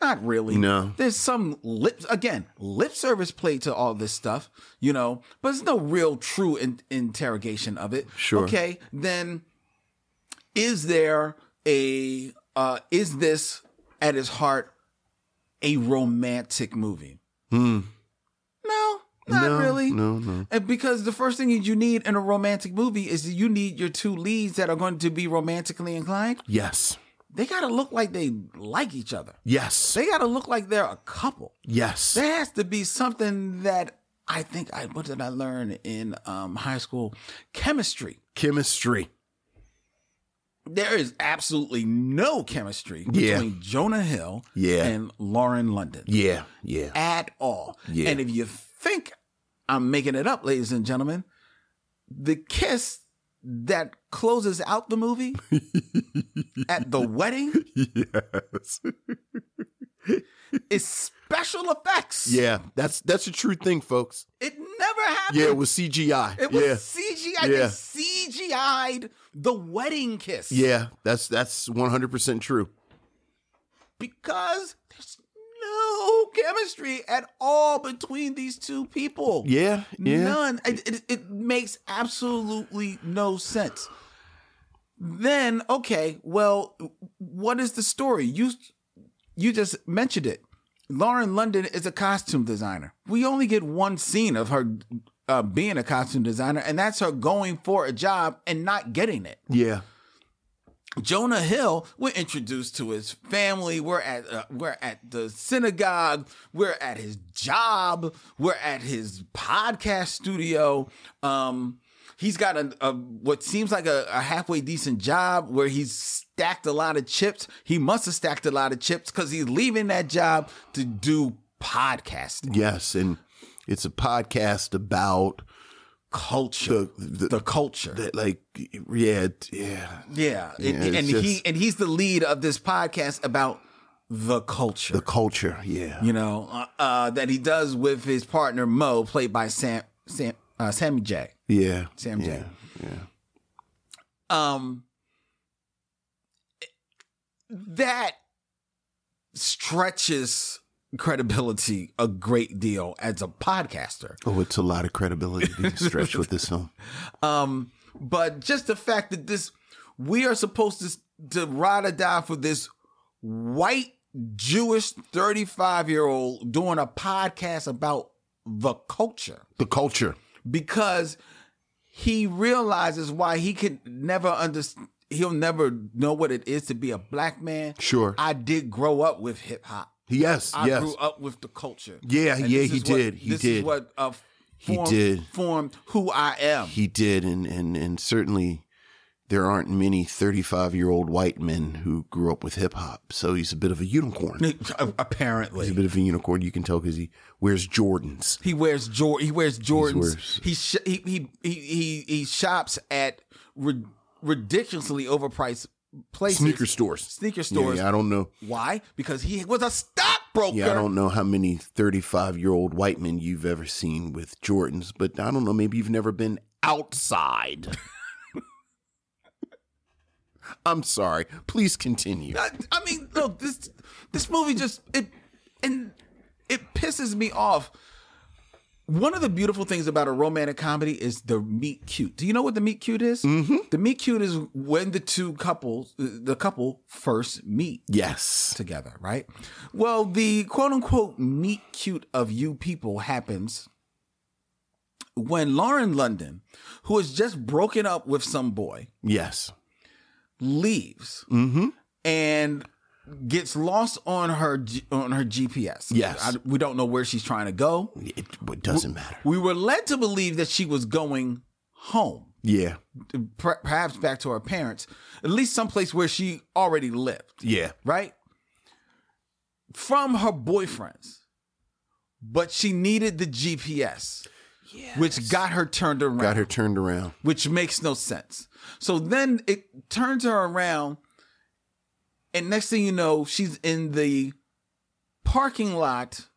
B: Not really.
A: No.
B: There's some lip again, lip service played to all this stuff, you know, but it's no real true in, interrogation of it.
A: Sure.
B: Okay, then is there a uh is this at its heart a romantic movie? No, not
A: Hmm. No,
B: really.
A: no, no.
B: And because the first thing that you need in a romantic movie is that you need your two leads that are going to be romantically inclined.
A: Yes.
B: They got to look like they like each other.
A: Yes.
B: They got to look like they're a couple.
A: Yes.
B: There has to be something that I think I what did I learn in um, high school chemistry.
A: Chemistry.
B: There is absolutely no chemistry
A: Yeah.
B: between Jonah Hill
A: Yeah.
B: and Lauren London.
A: Yeah. Yeah.
B: at all.
A: Yeah.
B: And if you think I'm making it up, ladies and gentlemen, the kiss that closes out the movie at the wedding
A: Yes.
B: is special effects.
A: Yeah. That's that's a true thing, folks.
B: It never happened.
A: Yeah, it was CGI.
B: It was
A: yeah.
B: CGI.
A: Yeah.
B: They CGI'd the wedding kiss.
A: yeah, that's that's 100% true.
B: Because there's no chemistry at all between these two people.
A: Yeah. Yeah.
B: None. It, it, it makes absolutely no sense. Then okay, well, what is the story? You you just mentioned it. Lauren London is a costume designer. We only get one scene of her uh, being a costume designer, and that's her going for a job and not getting it.
A: Yeah.
B: Jonah Hill, we're introduced to his family. We're at uh, we're at the synagogue. We're at his job. We're at his podcast studio. Um, he's got a, a what seems like a, a halfway decent job where he's stacked a lot of chips. He must have stacked a lot of chips because he's leaving that job to do podcasting.
A: Yes, and it's a podcast about
B: Culture,
A: The- the-
B: the culture.
A: that like yeah, yeah,
B: Yeah,
A: Yeah,
B: and,
A: it's
B: and
A: just-
B: he and he's the lead of this podcast about the culture,
A: the culture, yeah.
B: you know, uh, uh, that he does with his partner Mo, played by Sam Sam uh, Sammy J.
A: Yeah.
B: Sam
A: yeah,
B: J.
A: Yeah.
B: Um, that stretches credibility a great deal as a podcaster.
A: Oh, it's a lot of credibility being stretched with this film.
B: Um, but just the fact that this, we are supposed to, to ride or die for this white Jewish 35 year old doing a podcast about the culture
A: The culture.
B: because he realizes why he could never understand. He'll never know what it is to be a black man.
A: Sure.
B: I did grow up with hip hop.
A: Yes,
B: I
A: yes.
B: grew up with the culture.
A: Yeah, yeah,
B: this
A: he
B: is what-
A: did. He
B: this
A: did.
B: is what uh,
A: He
B: formed,
A: did.
B: formed who I am.
A: He did and and and certainly there aren't many 35-year-old white men who grew up with hip hop. So he's a bit of a unicorn.
B: Apparently,
A: He's a bit of a unicorn, you can tell cuz he wears Jordans.
B: He wears Jor- he wears Jordans.
A: wears-
B: He sh- he, he he he he shops at rid- ridiculously overpriced places.
A: Sneaker stores.
B: Sneaker
A: Yeah,
B: stores.
A: yeah, I don't know.
B: Why? Because he was a stockbroker.
A: Yeah, I don't know how many 35 year old white men you've ever seen with Jordans, but I don't know. Maybe you've never been outside. I'm sorry. Please continue.
B: I, I mean, look this this movie just it and it pisses me off. One of the beautiful things about a romantic comedy is the meet cute. Do you know what the meet cute is? Mm-hmm. The meet cute is when the two couples, the couple first meet.
A: Yes.
B: together, right? Well, the quote unquote meet cute of you people happens when Lauren London, who has just broken up with some boy,
A: Yes.
B: leaves
A: Mm-hmm.
B: and gets lost on her G- on her GPS.
A: Yes.
B: I, we don't know where she's trying to go.
A: It, it doesn't matter.
B: We were led to believe that she was going home
A: Yeah.
B: per- perhaps back to her parents, at least someplace where she already lived,
A: Yeah.
B: right? from her boyfriends, but she needed the GPS, which got her turned around.
A: Got her turned around.
B: which makes no sense. So then it turns her around, and next thing you know, she's in the parking lot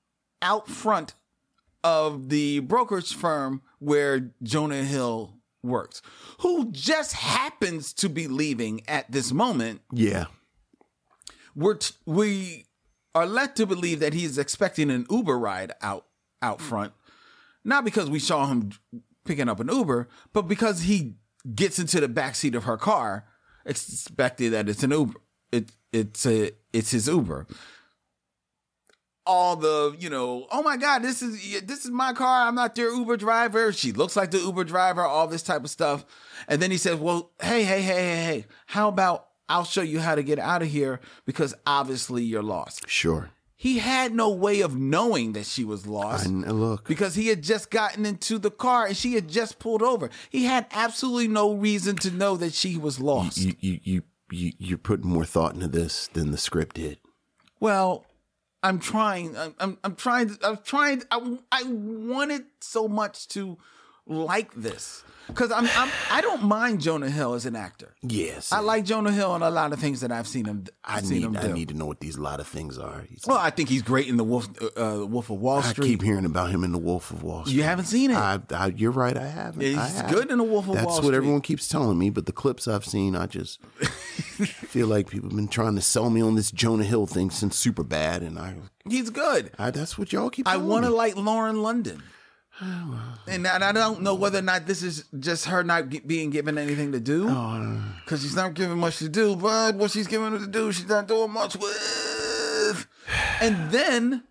B: out front of the brokerage firm where Jonah Hill works, who just happens to be leaving at this moment.
A: Yeah.
B: We're t- we are led to believe that he's expecting an Uber ride out out front, not because we saw him picking up an Uber, but because he gets into the backseat of her car, expecting that it's an Uber. It it's a it's his Uber. All the you know, oh my God, this is this is my car. I'm not your Uber driver. She looks like the Uber driver. All this type of stuff, and then he says, "Well, hey, hey, hey, hey, hey, how about I'll show you how to get out of here because obviously you're lost."
A: Sure.
B: He had no way of knowing that she was lost
A: And uh, look.
B: because he had just gotten into the car and she had just pulled over. He had absolutely no reason to know that she was lost.
A: You you you you you're putting more thought into this than the script did.
B: well, I'm trying. I'm, I'm, I'm trying. I'm trying. I, I wanted so much to like this because I'm, I'm I don't mind Jonah Hill as an actor.
A: Yes.
B: I like Jonah Hill and a lot of things that I've seen him.
A: I
B: I've seen
A: need
B: him
A: I
B: do.
A: need to know what these lot of things are. He's-
B: well, I think he's great in the Wolf uh, uh, Wolf of Wall
A: I
B: Street.
A: keep hearing about him in The Wolf of Wall Street.
B: you haven't seen it.
A: I, I, you're right. I haven't.
B: Yeah,
A: I
B: he's
A: haven't.
B: good in The Wolf of
A: That's
B: Wall
A: what
B: Street.
A: everyone keeps telling me, but the clips I've seen, I just feel like people have been trying to sell me on this Jonah Hill thing since super bad, and I,
B: he's good.
A: I that's what y'all keep.
B: I
A: telling
B: want to
A: me.
B: like Lauren London. And I, and I don't know whether or not this is just her not ge- being given anything to
A: Oh,
B: do, because she's not given much to do. But what she's given her to do, she's not doing much with. And then,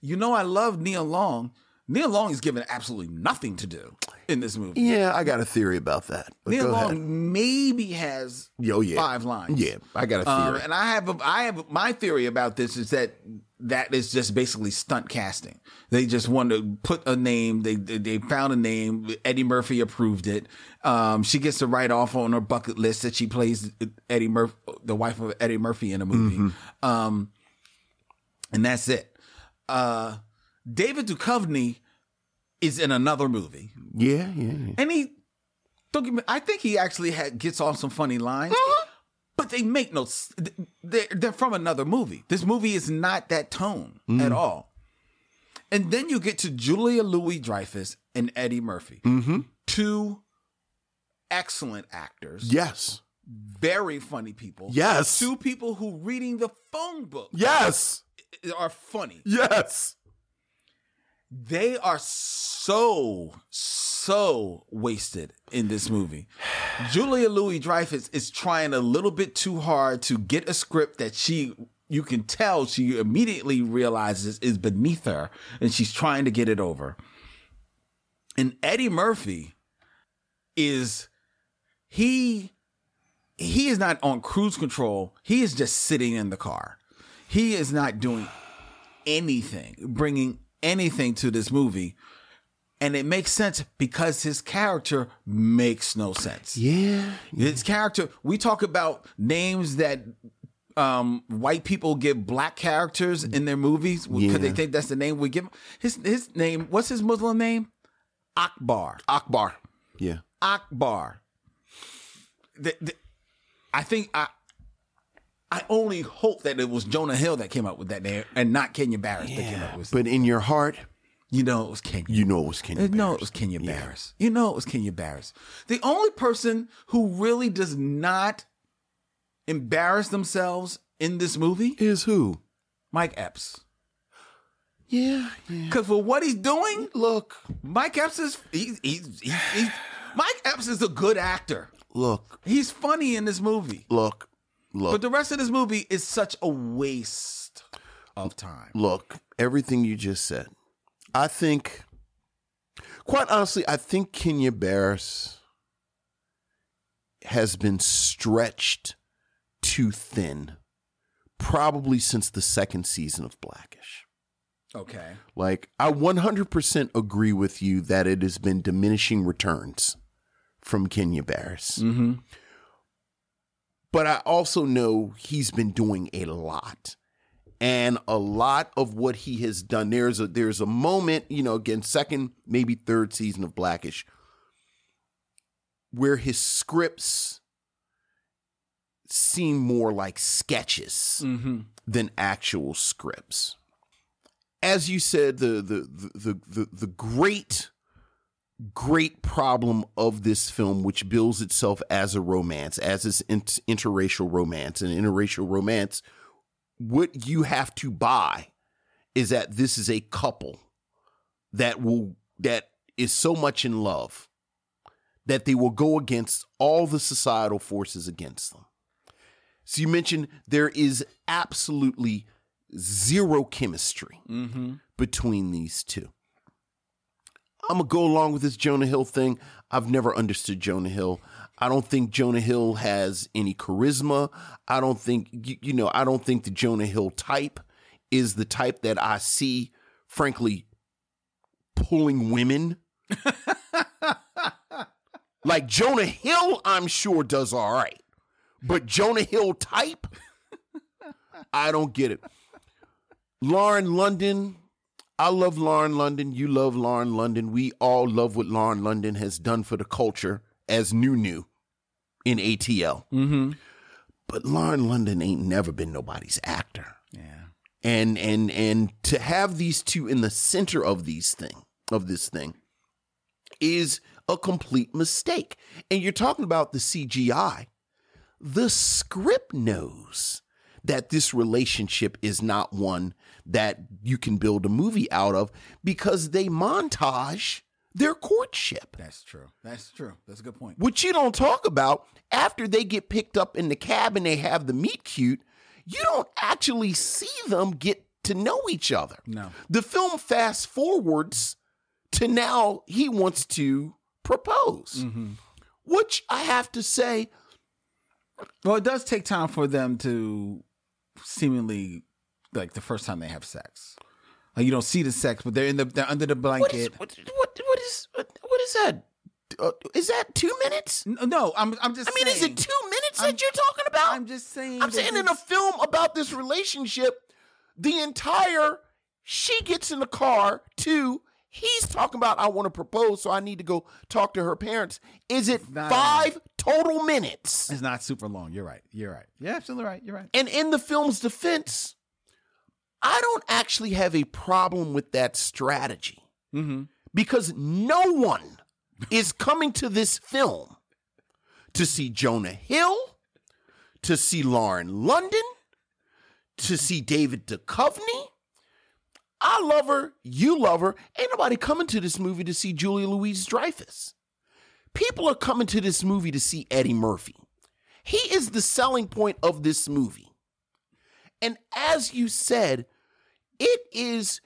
B: you know, I love Neil Long. Neil Long is given absolutely nothing to do in this movie.
A: Yeah, I got a theory about that. But
B: Neil
A: go
B: Long
A: ahead.
B: maybe has
A: Yo, yeah.
B: five lines.
A: Yeah, I got a
B: Um,
A: theory.
B: and I have, a, I have my theory about this is that that is just basically stunt casting. They just wanted to put a name. They they they found a name. Eddie Murphy approved it. Um, she gets to write off on her bucket list that she plays Eddie Murphy, the wife of Eddie Murphy, in a movie.
A: Mm-hmm.
B: Um, and that's it. Uh, David Duchovny is in another movie,
A: yeah, yeah, yeah.
B: and he. Don't get me, I think he actually had, gets on some funny lines. But they make no. s- They're they're from another movie. This movie is not that tone at all. And then you get to Julia Louis Dreyfus and Eddie Murphy, two excellent actors,
A: Yes,
B: very funny people.
A: Yes.
B: two people who reading the phone book
A: yes,
B: are funny.
A: yes.
B: They are so so wasted in this movie. Julia Louis Dreyfus is trying a little bit too hard to get a script that she you can tell she immediately realizes is beneath her and she's trying to get it over. And Eddie Murphy is he he is not on cruise control. He is just sitting in the car. He is not doing anything, bringing anything to this movie. And it makes sense because his character makes no sense.
A: Yeah,
B: His character, we talk about names that um, white people give black characters in their movies because they
A: Yeah.
B: think that's the name we give. 'em. His his name, what's his Muslim name? Akbar.
A: Akbar. Yeah,
B: Akbar. The, the, I think I I only hope that it was Jonah Hill that came up with that name and not Kenya Barris that came up with it.
A: but in your heart,
B: You know it was Kenya.
A: you know it was Kenya.
B: No, it
A: Barris.
B: was Kenya
A: Yeah.
B: Barris. You know it was Kenya Barris. The only person who really does not embarrass themselves in this movie,
A: is who?
B: Mike Epps.
A: Yeah, yeah.
B: Because for what he's doing,
A: Look,
B: Mike Epps is he's, he's, he's, he's Mike Epps is a good actor.
A: look,
B: He's funny in this movie,
A: look, look.
B: but the rest of this movie is such a waste of time.
A: look, everything you just said, I think, quite honestly, I think Kenya Barris has been stretched too thin, probably since the second season of Blackish.
B: Okay,
A: Like, I 100% agree with you that it has been diminishing returns from Kenya Barris.
B: mm-hmm.
A: But I also know he's been doing a lot. and a lot of what he has done there's a there's a moment you know again second maybe third season of blackish where his scripts seem more like sketches
B: Mm-hmm.
A: than actual scripts as you said the the the the, the great great problem of this film, which bills itself as a romance, as this in- interracial romance, an interracial romance, what you have to buy is that this is a couple that will that is so much in love that they will go against all the societal forces against them. So you mentioned there is absolutely zero chemistry
B: Mm-hmm.
A: between these two. I'm gonna go along with this Jonah Hill thing. I've never understood Jonah Hill. I don't think Jonah Hill has any charisma. I don't think you, you know. I don't think the Jonah Hill type is the type that I see. Frankly, pulling women. like Jonah Hill, I'm sure does all right, but Jonah Hill type, I don't get it. Lauren London, I love Lauren London. You love Lauren London. We all love what Lauren London has done for the culture as new new in ATL.
B: Mm-hmm.
A: But Lauren London ain't never been nobody's actor.
B: Yeah.
A: And and and to have these two in the center of these thing of this thing is a complete mistake. And you're talking about the CGI. The script knows that this relationship is not one that you can build a movie out of because they montage their courtship.
B: That's true. That's true. That's a good point.
A: What you don't talk about after they get picked up in the cab and they have the meet cute, you don't actually see them get to know each other.
B: No.
A: The film fast forwards to now he wants to propose, which I have to say,
B: Well, it does take time for them to seemingly like the first time they have sex. Like you don't see the sex, but they're in the they're under the
A: what is,
B: blanket.
A: what, what, what is what, what is that? Uh, is that two minutes?
B: N- no, I'm I'm just.
A: I mean, is
B: saying.
A: it two minutes
B: I'm-
A: that you're talking about?
B: I'm just saying.
A: I'm
B: that
A: saying in a
B: it's-
A: film about this relationship, the entire she gets in the car too. He's talking about I want to propose, so I need to go talk to her parents. Is it
B: not
A: five total minutes?
B: It's not super long. You're right. You're right. You're absolutely right. You're right.
A: And in the film's defense, I don't actually have a problem with that strategy because no one is coming to this film to see Jonah Hill, to see Lauren London, to see David Duchovny. I love her, you love her. Ain't nobody coming to this movie to see Julia Louise Dreyfus. People are coming to this movie to see Eddie Murphy. He is the selling point of this movie. And as you said, it is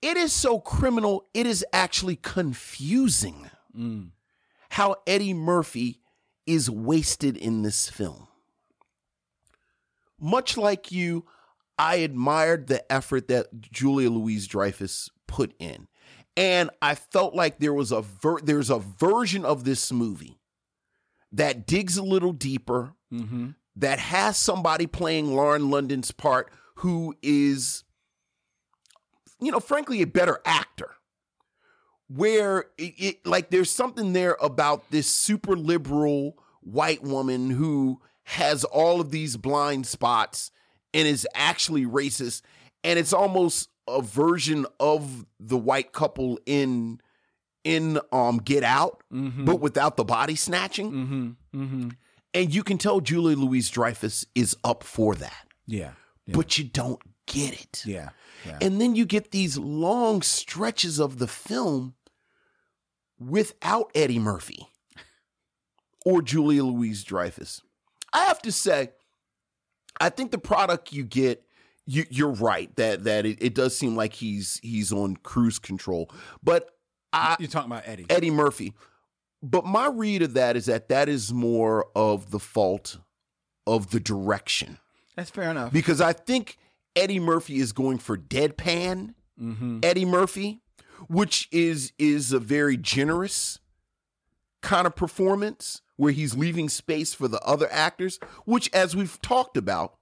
A: it is so criminal, it is actually confusing how Eddie Murphy is wasted in this film. Much like you, I admired the effort that Julia Louise Dreyfus put in. And I felt like there was a ver- there's a version of this movie that digs a little deeper,
B: Mm-hmm.
A: that has somebody playing Lauren London's part who is, you know, frankly, a better actor. Where it, it like there's something there about this super liberal white woman who has all of these blind spots and is actually racist, and it's almost a version of the white couple in in um Get Out,
B: Mm-hmm.
A: but without the body snatching. And you can tell Julie Louise Dreyfus is up for that,
B: Yeah. Yeah.
A: but you don't get it.
B: yeah. Yeah.
A: And then you get these long stretches of the film without Eddie Murphy or Julia Louise Dreyfus. I have to say, I think the product you get, you, you're right that that it, it does seem like he's he's on cruise control, but I,
B: Uh, You're talking about Eddie.
A: Eddie Murphy. But my read of that is that that is more of the fault of the direction
B: That's fair enough.
A: because I think Eddie Murphy is going for deadpan
B: Mm-hmm.
A: Eddie Murphy, which is is a very generous kind of performance where he's leaving space for the other actors, which as we've talked about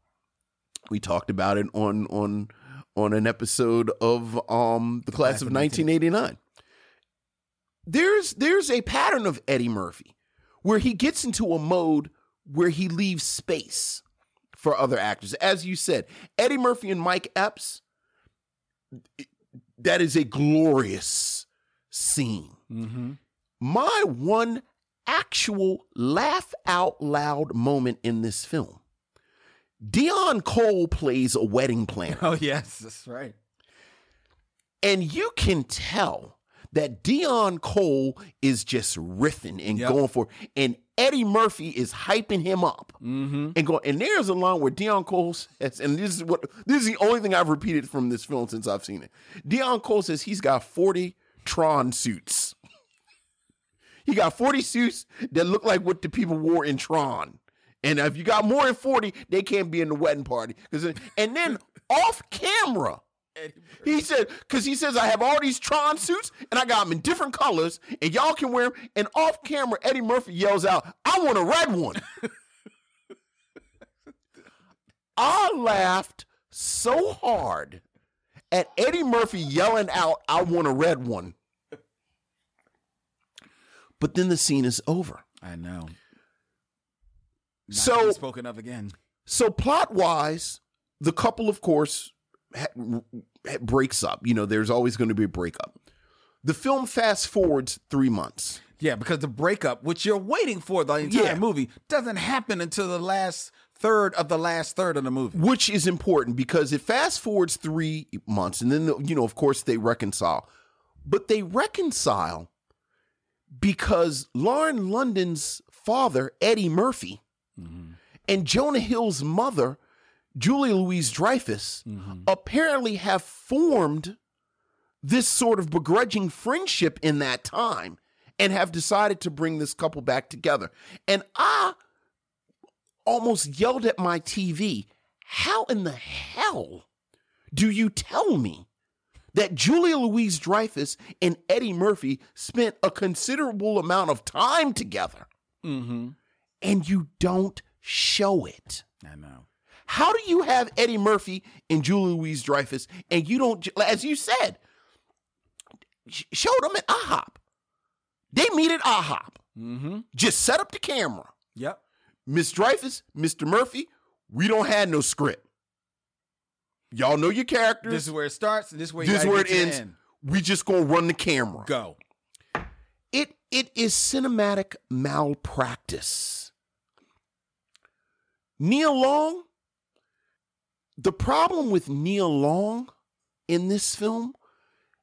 A: We talked about it on on on an episode of um the class, of 1989. There's there's a pattern of Eddie Murphy where he gets into a mode where he leaves space for other actors. As you said, Eddie Murphy and Mike Epps that is a glorious scene. My one actual laugh out loud moment in this film Dion Cole plays a wedding planner.
B: Oh yes, that's right.
A: And you can tell that Dion Cole is just riffing and
B: Yep.
A: going for it. And Eddie Murphy is hyping him up and going. And there's a line where Dion Cole says, and this is what this is the only thing I've repeated from this film since I've seen it. Dion Cole says he's got 40 Tron suits. He got 40 suits that look like what the people wore in Tron. And if you got more than 40, they can't be in the wedding party. 'Cause it- And then off camera, he said, because he says, I have all these Tron suits and I got them in different colors and y'all can wear them. And off camera, Eddie Murphy yells out, I want a red one. I laughed so hard at Eddie Murphy yelling out, I want a red one. But then the scene is over.
B: I know. Not
A: So-
B: to be spoken of again.
A: So plot wise, the couple, of course, ha- ha- breaks up. You know, there's always going to be a breakup. The film fast forwards three months.
B: Yeah, because the breakup, which you're waiting for the entire
A: Yeah.
B: movie, doesn't happen until the last third of the last third of the movie.
A: which is important because it fast forwards three months and then you know of course they reconcile but they reconcile because lauren london's father eddie murphy and jonah hill's mother julia louise dreyfus apparently have formed this sort of begrudging friendship in that time and have decided to bring this couple back together and i almost yelled at my TV, How in the hell do you tell me that Julia Louise Dreyfus and Eddie Murphy spent a considerable amount of time together
B: Mm-hmm.
A: and you don't show it?
B: I know.
A: How do you have Eddie Murphy and Julia Louise Dreyfus and you don't, as you said, sh- show them at IHOP? They meet at IHOP.
B: Mm-hmm.
A: Just set up the camera.
B: Yep.
A: Miss Dreyfus, Mr. Murphy, we don't have no script. Y'all know your characters.
B: This is where it starts, and this is where you
A: This is
B: gotta
A: where it
B: get to the
A: ends.
B: end.
A: We just gonna run the camera.
B: Go.
A: It it is cinematic malpractice. Neil Long. The problem with Neil Long in this film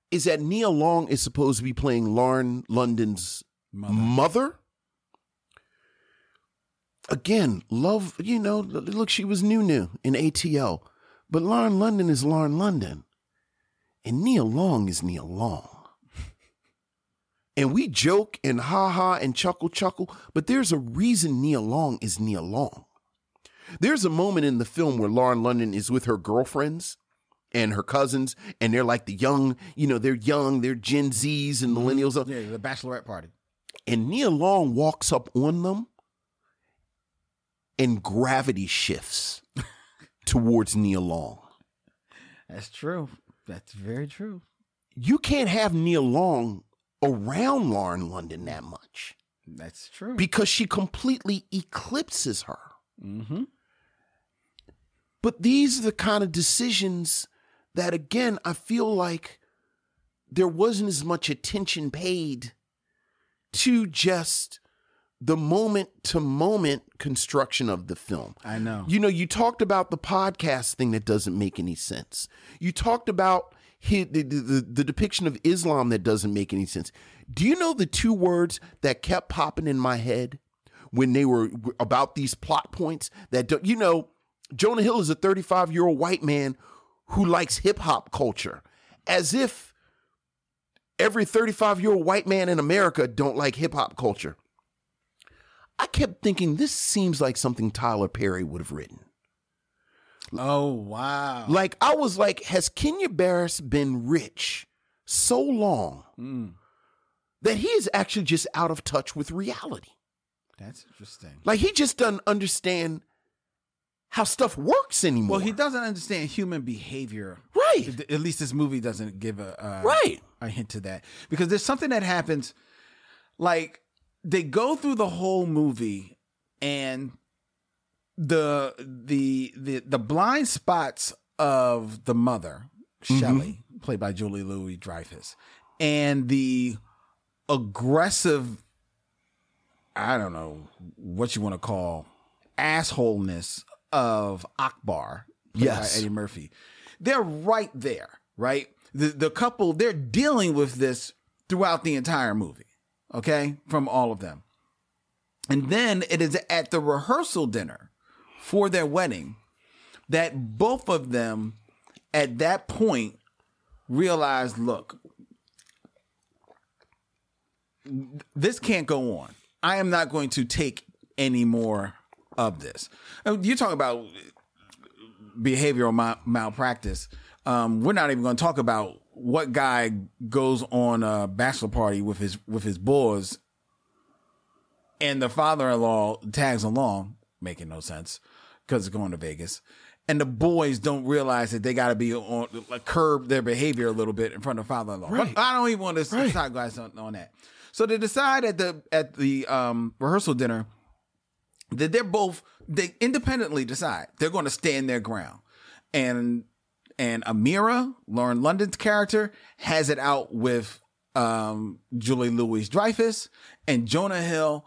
A: is that Neil Long is supposed to be playing Lauren London's
B: Mother.
A: mother. Again, love, you know, l- look, she was new new in ATL. But Lauren London is Lauren London. And Neil Long is Neil Long. and we joke and ha ha and chuckle chuckle, but there's a reason Neil Long is Neil Long. There's a moment in the film where Lauren London is with her girlfriends and her cousins, and they're like the young, you know, they're young, they're Gen Zs and millennials
B: Yeah, the bachelorette party.
A: and Neil Long walks up on them, and gravity shifts towards Neil Long.
B: That's true. That's very true.
A: You can't have Neil Long around Lauren London that much
B: That's true.
A: because she completely eclipses her.
B: mm-hmm.
A: But these are the kind of decisions that, again, I feel like there wasn't as much attention paid to just the moment to moment construction of the film.
B: I know.
A: You know, you talked about the podcast thing that doesn't make any sense. You talked about hi the, the, the, the depiction of Islam that doesn't make any sense. Do you know the two words that kept popping in my head when they were w- about these plot points that don't, you know, Jonah Hill is a 35 year old white man who likes hip hop culture as if every 35 year old white man in America don't like hip hop culture. I kept thinking this seems like something Tyler Perry would have written.
B: oh wow.
A: Like I was like, has Kenya Barris been rich so long
B: Mm,
A: that he is actually just out of touch with reality?
B: that's interesting.
A: Like he just doesn't understand how stuff works anymore.
B: Well, he doesn't understand human behavior.
A: Right.
B: At- At least this movie doesn't give a uh,
A: Right.
B: a hint to that because there's something that happens. Like they go through the whole movie, and the the the the blind spots of the mother
A: Mm-hmm.
B: Shelley, played by Julie Louis Dreyfus, and the aggressive I don't know what you want to call assholeness of Akbar, played
A: Yes.
B: by Eddie Murphy. They're right there, right? The the couple they're dealing with this throughout the entire movie, okay, from all of them, and then it is at the rehearsal dinner for their wedding that both of them at that point realize, look, this can't go on. I am not going to take any more of this. I mean, You talk about behavioral mal- malpractice. Um, we're not even going to talk about what guy goes on a bachelor party with his with his boys, and the father-in-law tags along, making no sense because it's going to Vegas. And the boys don't realize that they got to be on like, curb their behavior a little bit in front of father-in-law. But
A: Right.
B: I don't even want to right. side guys on, on that. So they decide at the at the um, rehearsal dinner that they're both they independently decide they're going to stand their ground and and amira lauren london's character has it out with um julie louis dreyfus and jonah hill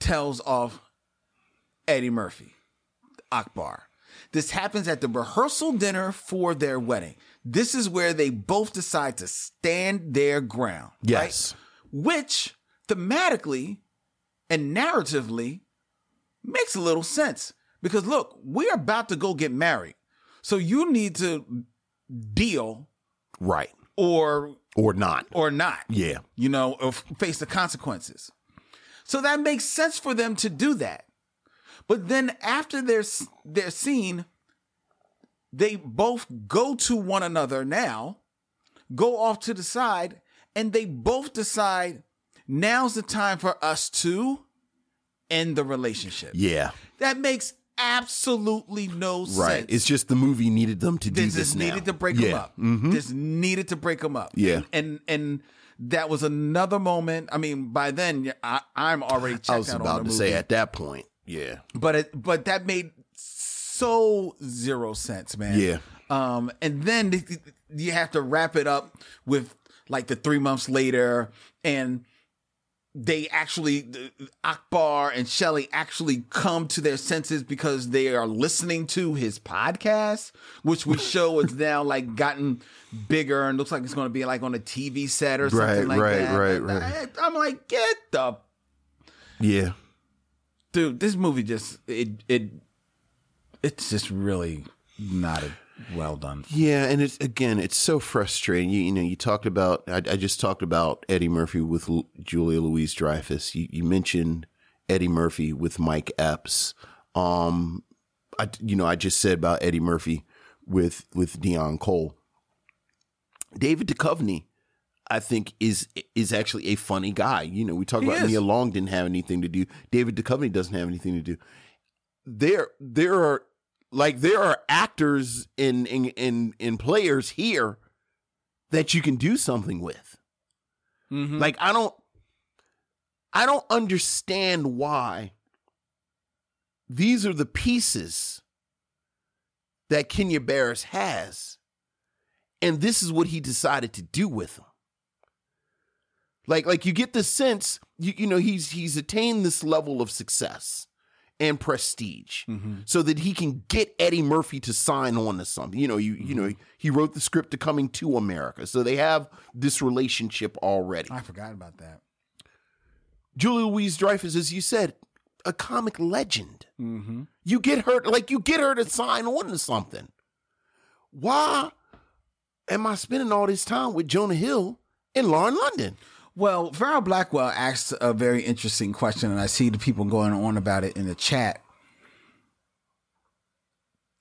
B: tells off eddie murphy akbar this happens at the rehearsal dinner for their wedding this is where they both decide to stand their ground right?
A: Yes.
B: which thematically and narratively makes a little sense because look, we're about to go get married. So you need to deal
A: right.
B: or
A: Or not.
B: or not.
A: Yeah.
B: You know, or f- face the consequences. So that makes sense for them to do that. But then after their s- their scene, they both go to one another now, go off to the side, and they both decide now's the time for us to end the relationship.
A: Yeah.
B: That makes absolutely no sense.
A: Right. It's just the movie needed them to do
B: this
A: this,
B: just
A: now.
B: needed to break them
A: Yeah. Mm-hmm.
B: up. This needed to break them up.
A: Yeah.
B: and and, and that was another moment. I mean, by then I, I'm already. Checked
A: I was
B: out on
A: about
B: the
A: to say
B: movie.
A: at that point. Yeah.
B: but it, but that made so zero sense, man.
A: Yeah.
B: Um, and then th- th- you have to wrap it up with like the three months later, and they actually th- Akbar and Shelly actually come to their senses because they are listening to his podcast, which we show is now like gotten bigger and looks like it's going to be like on a TV set or
A: Right,
B: something like
A: right,
B: that.
A: right,
B: And I- I'm like, get the
A: Yeah.
B: dude this movie just it it it's just really not a well done
A: Yeah, and it's again, it's so frustrating. You, you know, you talked about. I, I just talked about Eddie Murphy with L- Julia Louise Dreyfus. You, you mentioned Eddie Murphy with Mike Epps. Um, I you know I just said about Eddie Murphy with with Dion Cole. David Duchovny, I think is is actually a funny guy. You know, we talk
B: He
A: about
B: is.
A: Nia Long didn't have anything to do. David Duchovny doesn't have anything to do. There, there are like there are actors and in, in, in players here that you can do something with.
B: Mm-hmm.
A: Like I don't I don't understand why these are the pieces that Kenya Barris has and this is what he decided to do with them. Like like you get the sense you you know he's he's attained this level of success and prestige so that he can get Eddie Murphy to sign on to something. You know, you you know he wrote the script to Coming to America. So they have this relationship already.
B: i forgot about that
A: Julie Louise Dreyfus, as you said, a comic legend.
B: mm-hmm.
A: You get her, like you get her to sign on to something. Why am I spending all this time with Jonah Hill and Lauren London?
B: well farrell blackwell asked a very interesting question and i see the people going on about it in the chat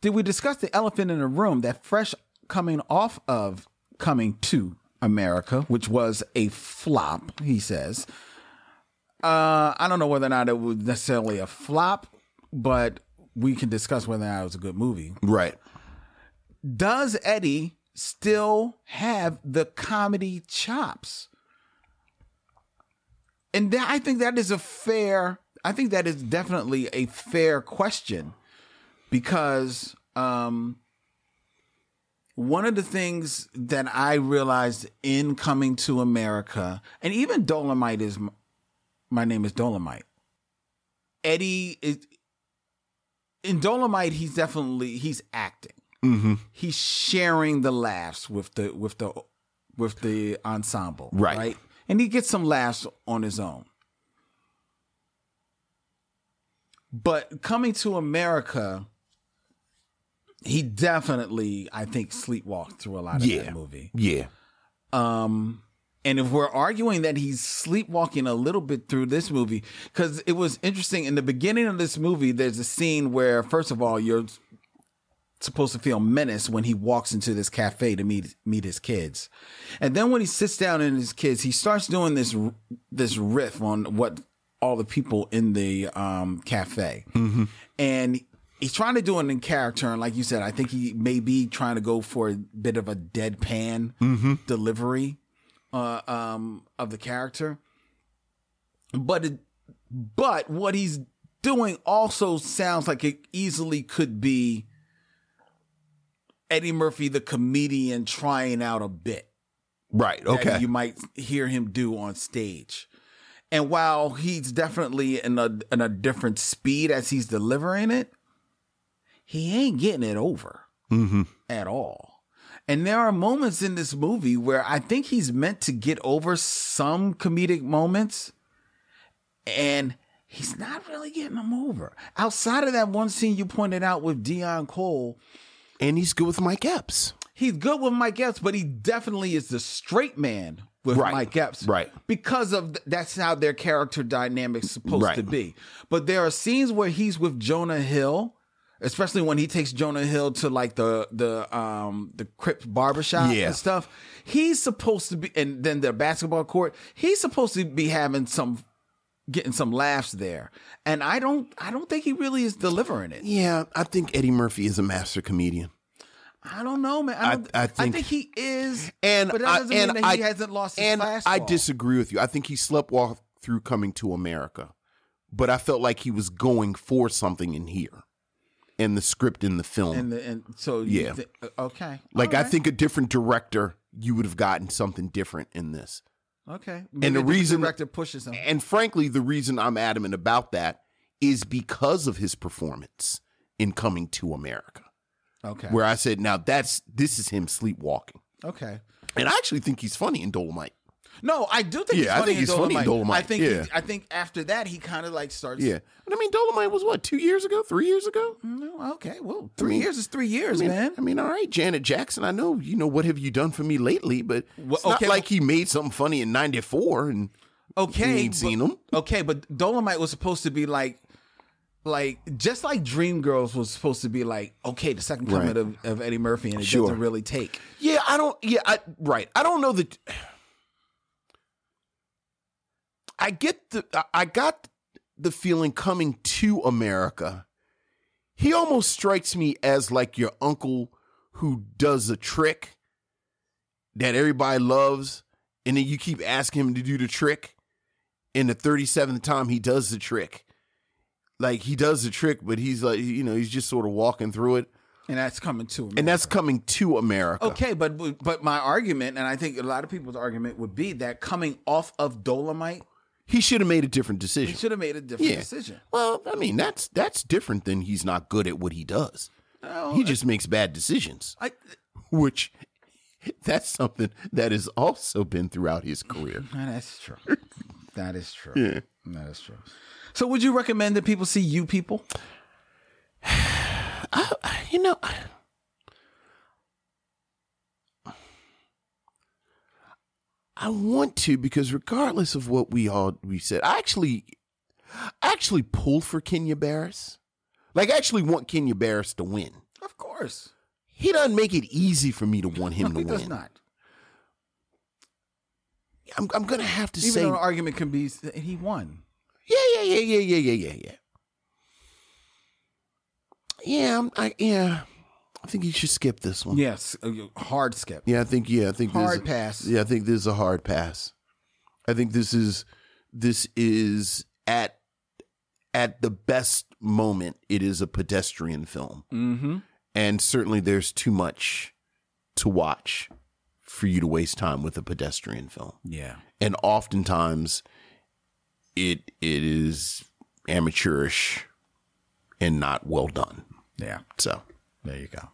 B: did we discuss the elephant in the room that fresh coming off of coming to america which was a flop he says uh i don't know whether or not it was necessarily a flop but we can discuss whether or not it was a good movie.
A: Right.
B: Does Eddie still have the comedy chops? And that, I think that is a fair. I think that is definitely a fair question because um, one of the things that I realized in coming to America, and even Dolomite is m- my name is Dolomite. Eddie is in Dolomite. He's definitely he's acting.
A: Mm-hmm.
B: He's sharing the laughs with the with the with the ensemble,
A: Right.
B: And he gets some laughs on his own. But coming to America, he definitely, I think, sleepwalked through a lot of
A: Yeah.
B: that movie.
A: Yeah.
B: Um, and if we're arguing that he's sleepwalking a little bit through this movie, because it was interesting in the beginning of this movie, there's a scene where, first of all, you're supposed to feel menace when he walks into this cafe to meet meet his kids, and then when he sits down and his kids, he starts doing this r- this riff on what all the people in the um, cafe, and he's trying to do it in character. And like you said, I think he may be trying to go for a bit of a deadpan delivery uh, um, of the character, but it, but what he's doing also sounds like it easily could be Eddie Murphy, the comedian, trying out a bit
A: Right.
B: that
A: Okay.
B: you might hear him do on stage. And while he's definitely in a in a different speed as he's delivering it, he ain't getting it over
A: mm-hmm.
B: at all. And there are moments in this movie where I think he's meant to get over some comedic moments, and he's not really getting them over. Outside of that one scene you pointed out with Dion Cole,
A: And he's good with Mike Epps.
B: he's good with Mike Epps, but he definitely is the straight man with
A: Right.
B: Mike Epps.
A: Right.
B: Because of th- that's how their character dynamic's supposed
A: Right.
B: to be. But there are scenes where he's with Jonah Hill, especially when he takes Jonah Hill to like the the um the Crip barbershop
A: Yeah.
B: and stuff. He's supposed to be and then their basketball court, he's supposed to be having some getting some laughs there. And I don't I don't think he really is delivering it.
A: Yeah, I think Eddie Murphy is a master comedian.
B: I don't know, man.
A: I-
B: I, don't,
A: I
B: I,
A: think-
B: think, he is,
A: And
B: but that
A: I,
B: doesn't
A: and
B: mean that
A: I,
B: he hasn't lost his
A: and
B: fastball.
A: I disagree with you. I think he slept walk through coming to America, but I felt like he was going for something in here, in the script in the film.
B: And, the, and so you
A: Yeah.
B: thi- uh, okay,
A: like
B: All
A: I
B: right.
A: think a different director, you would have gotten something different in this.
B: okay,
A: the
B: Maybe
A: reason-
B: director pushes him.
A: And frankly, the reason I'm adamant about that is because of his performance in Coming to America,
B: Okay,
A: where I said, "Now that's this is him sleepwalking,"
B: okay.
A: and I actually think he's funny in Dolomite.
B: No, I do think
A: Yeah, I think
B: he's
A: he's funny
B: funny.
A: in
B: in Dolomite.
A: Dolomite,
B: I think
A: yeah.
B: he, I think after that he kind of like starts.
A: Yeah, but I mean, Dolomite was what two years ago, three years ago.
B: No, okay. Well, three
A: mean-
B: years is three years,
A: I mean,
B: Mm-hmm. man.
A: I mean, all right, Janet Jackson. I know, you know, what have you done for me lately? But
B: Well,
A: it's not
B: okay,
A: like he made something funny in '94, and
B: Okay,
A: We ain't seen him.
B: Okay, but Dolomite was supposed to be like, like just like Dreamgirls was supposed to be like, okay, the second coming
A: Right.
B: of, of Eddie Murphy, and it
A: Sure.
B: doesn't really take.
A: yeah, I don't. Yeah, I right. I don't know that. I get the. I- I got the feeling coming to America. He almost strikes me as like your uncle who does a trick that everybody loves, and then you keep asking him to do the trick, and the thirty seventh time he does the trick. Like he does the trick, but he's like, you know, he's just sort of walking through it.
B: And that's coming to him.
A: And that's coming to America.
B: Okay, but but my argument, and I think a lot of people's argument would be that coming off of Dolomite,
A: He should have made a different
B: he
A: decision.
B: should have made a different
A: Yeah.
B: decision.
A: Well, I mean, that's that's different than he's not good at what he does. he just makes bad decisions,
B: I,
A: which that's something that has also been throughout his career.
B: no, that's true. That is true. Yeah. That is true. So, would you recommend that people see you people?
A: you know, I want to because regardless of what we all we said, I actually, I actually pulled for Kenya Barris. Like, I actually want Kenya Barris to win.
B: Of course.
A: He doesn't make it easy for me to want him
B: No,
A: to
B: he
A: win.
B: does not.
A: I'm, I'm gonna have to
B: Even
A: say,
B: though an argument can be, and he won.
A: yeah, yeah, yeah, yeah, yeah, yeah, yeah, yeah. Yeah, I'm- I yeah. I think you should skip this one.
B: Yes, uh, hard skip.
A: Yeah, I think yeah, I think this-
B: Hard pass.
A: Yeah, I think this is a hard pass. I think this is this is at at the best moment it is a pedestrian film.
B: Mm-hmm.
A: And certainly there's too much to watch for you to waste time with a pedestrian film.
B: Yeah.
A: And oftentimes it it is amateurish and not well done.
B: Yeah.
A: So
B: There you go.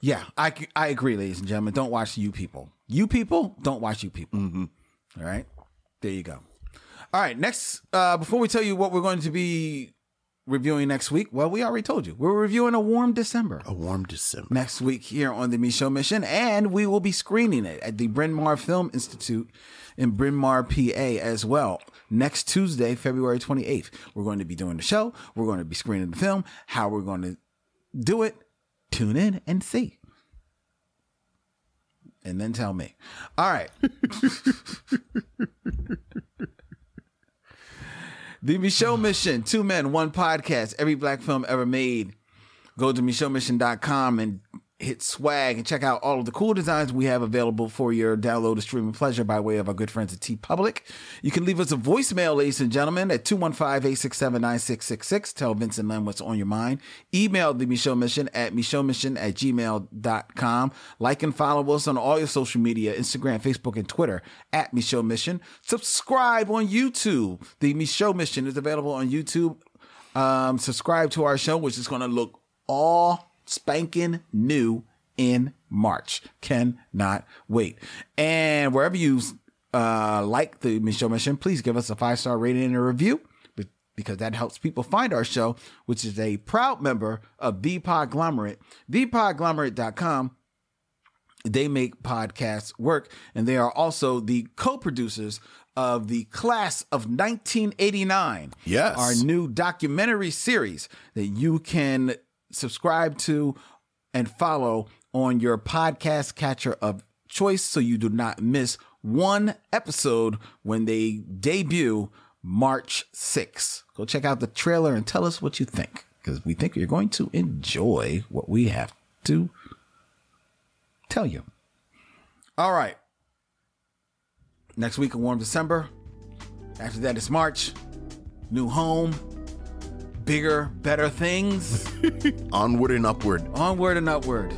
B: Yeah, I, c- I agree, ladies and gentlemen. Don't watch you people. You people, don't watch you people. All right. There you go. All right. Next, uh, before we tell you what we're going to be reviewing next week, well, we already told you. We're reviewing A Warm December
A: a warm December.
B: next week here on the Micho Mission, and we will be screening it at the Bryn Mawr Film Institute in Bryn Mawr, PA, as well. Next Tuesday, February 28th, we're going to be doing the show. We're going to be screening the film. How we're going to do it, tune in and see. And then tell me. All right. the Michelle Mission, two men, one podcast, every black film ever made go to michellemission.com and hit swag and check out all of the cool designs we have available for your download and streaming pleasure by way of our good friends at T Public. You can leave us a voicemail, ladies and gentlemen, at 215-867-9666. Tell Vincent Len what's on your mind. Email the Michelle Mission at michellemission at gmail.com. Like and follow us on all your social media, Instagram, Facebook, and Twitter at Michelle Mission. Subscribe on YouTube. The Michelle Mission is available on YouTube um, subscribe to our show, which is going to look all spanking new in March. Cannot wait. And wherever you uh, like the Michelle Mission, please give us a five star rating and a review be- because that helps people find our show, which is a proud member of The Podglomerate, thepodglomerate.com they make podcasts work and they are also the co-producers of the class of 1989
A: Yes.
B: our new documentary series that you can subscribe to and follow on your podcast catcher of choice so you do not miss one episode when they debut march 6th go check out the trailer and tell us what you think because we think you're going to enjoy what we have to tell you. All right. Next week, a warm December. After that, it's March. New home, bigger, better things.
A: Onward and upward.
B: Onward and upward.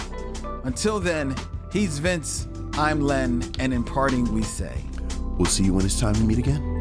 B: Until then, he's Vince, I'm Len, and in parting, we say.
A: We'll see you when it's time to meet again.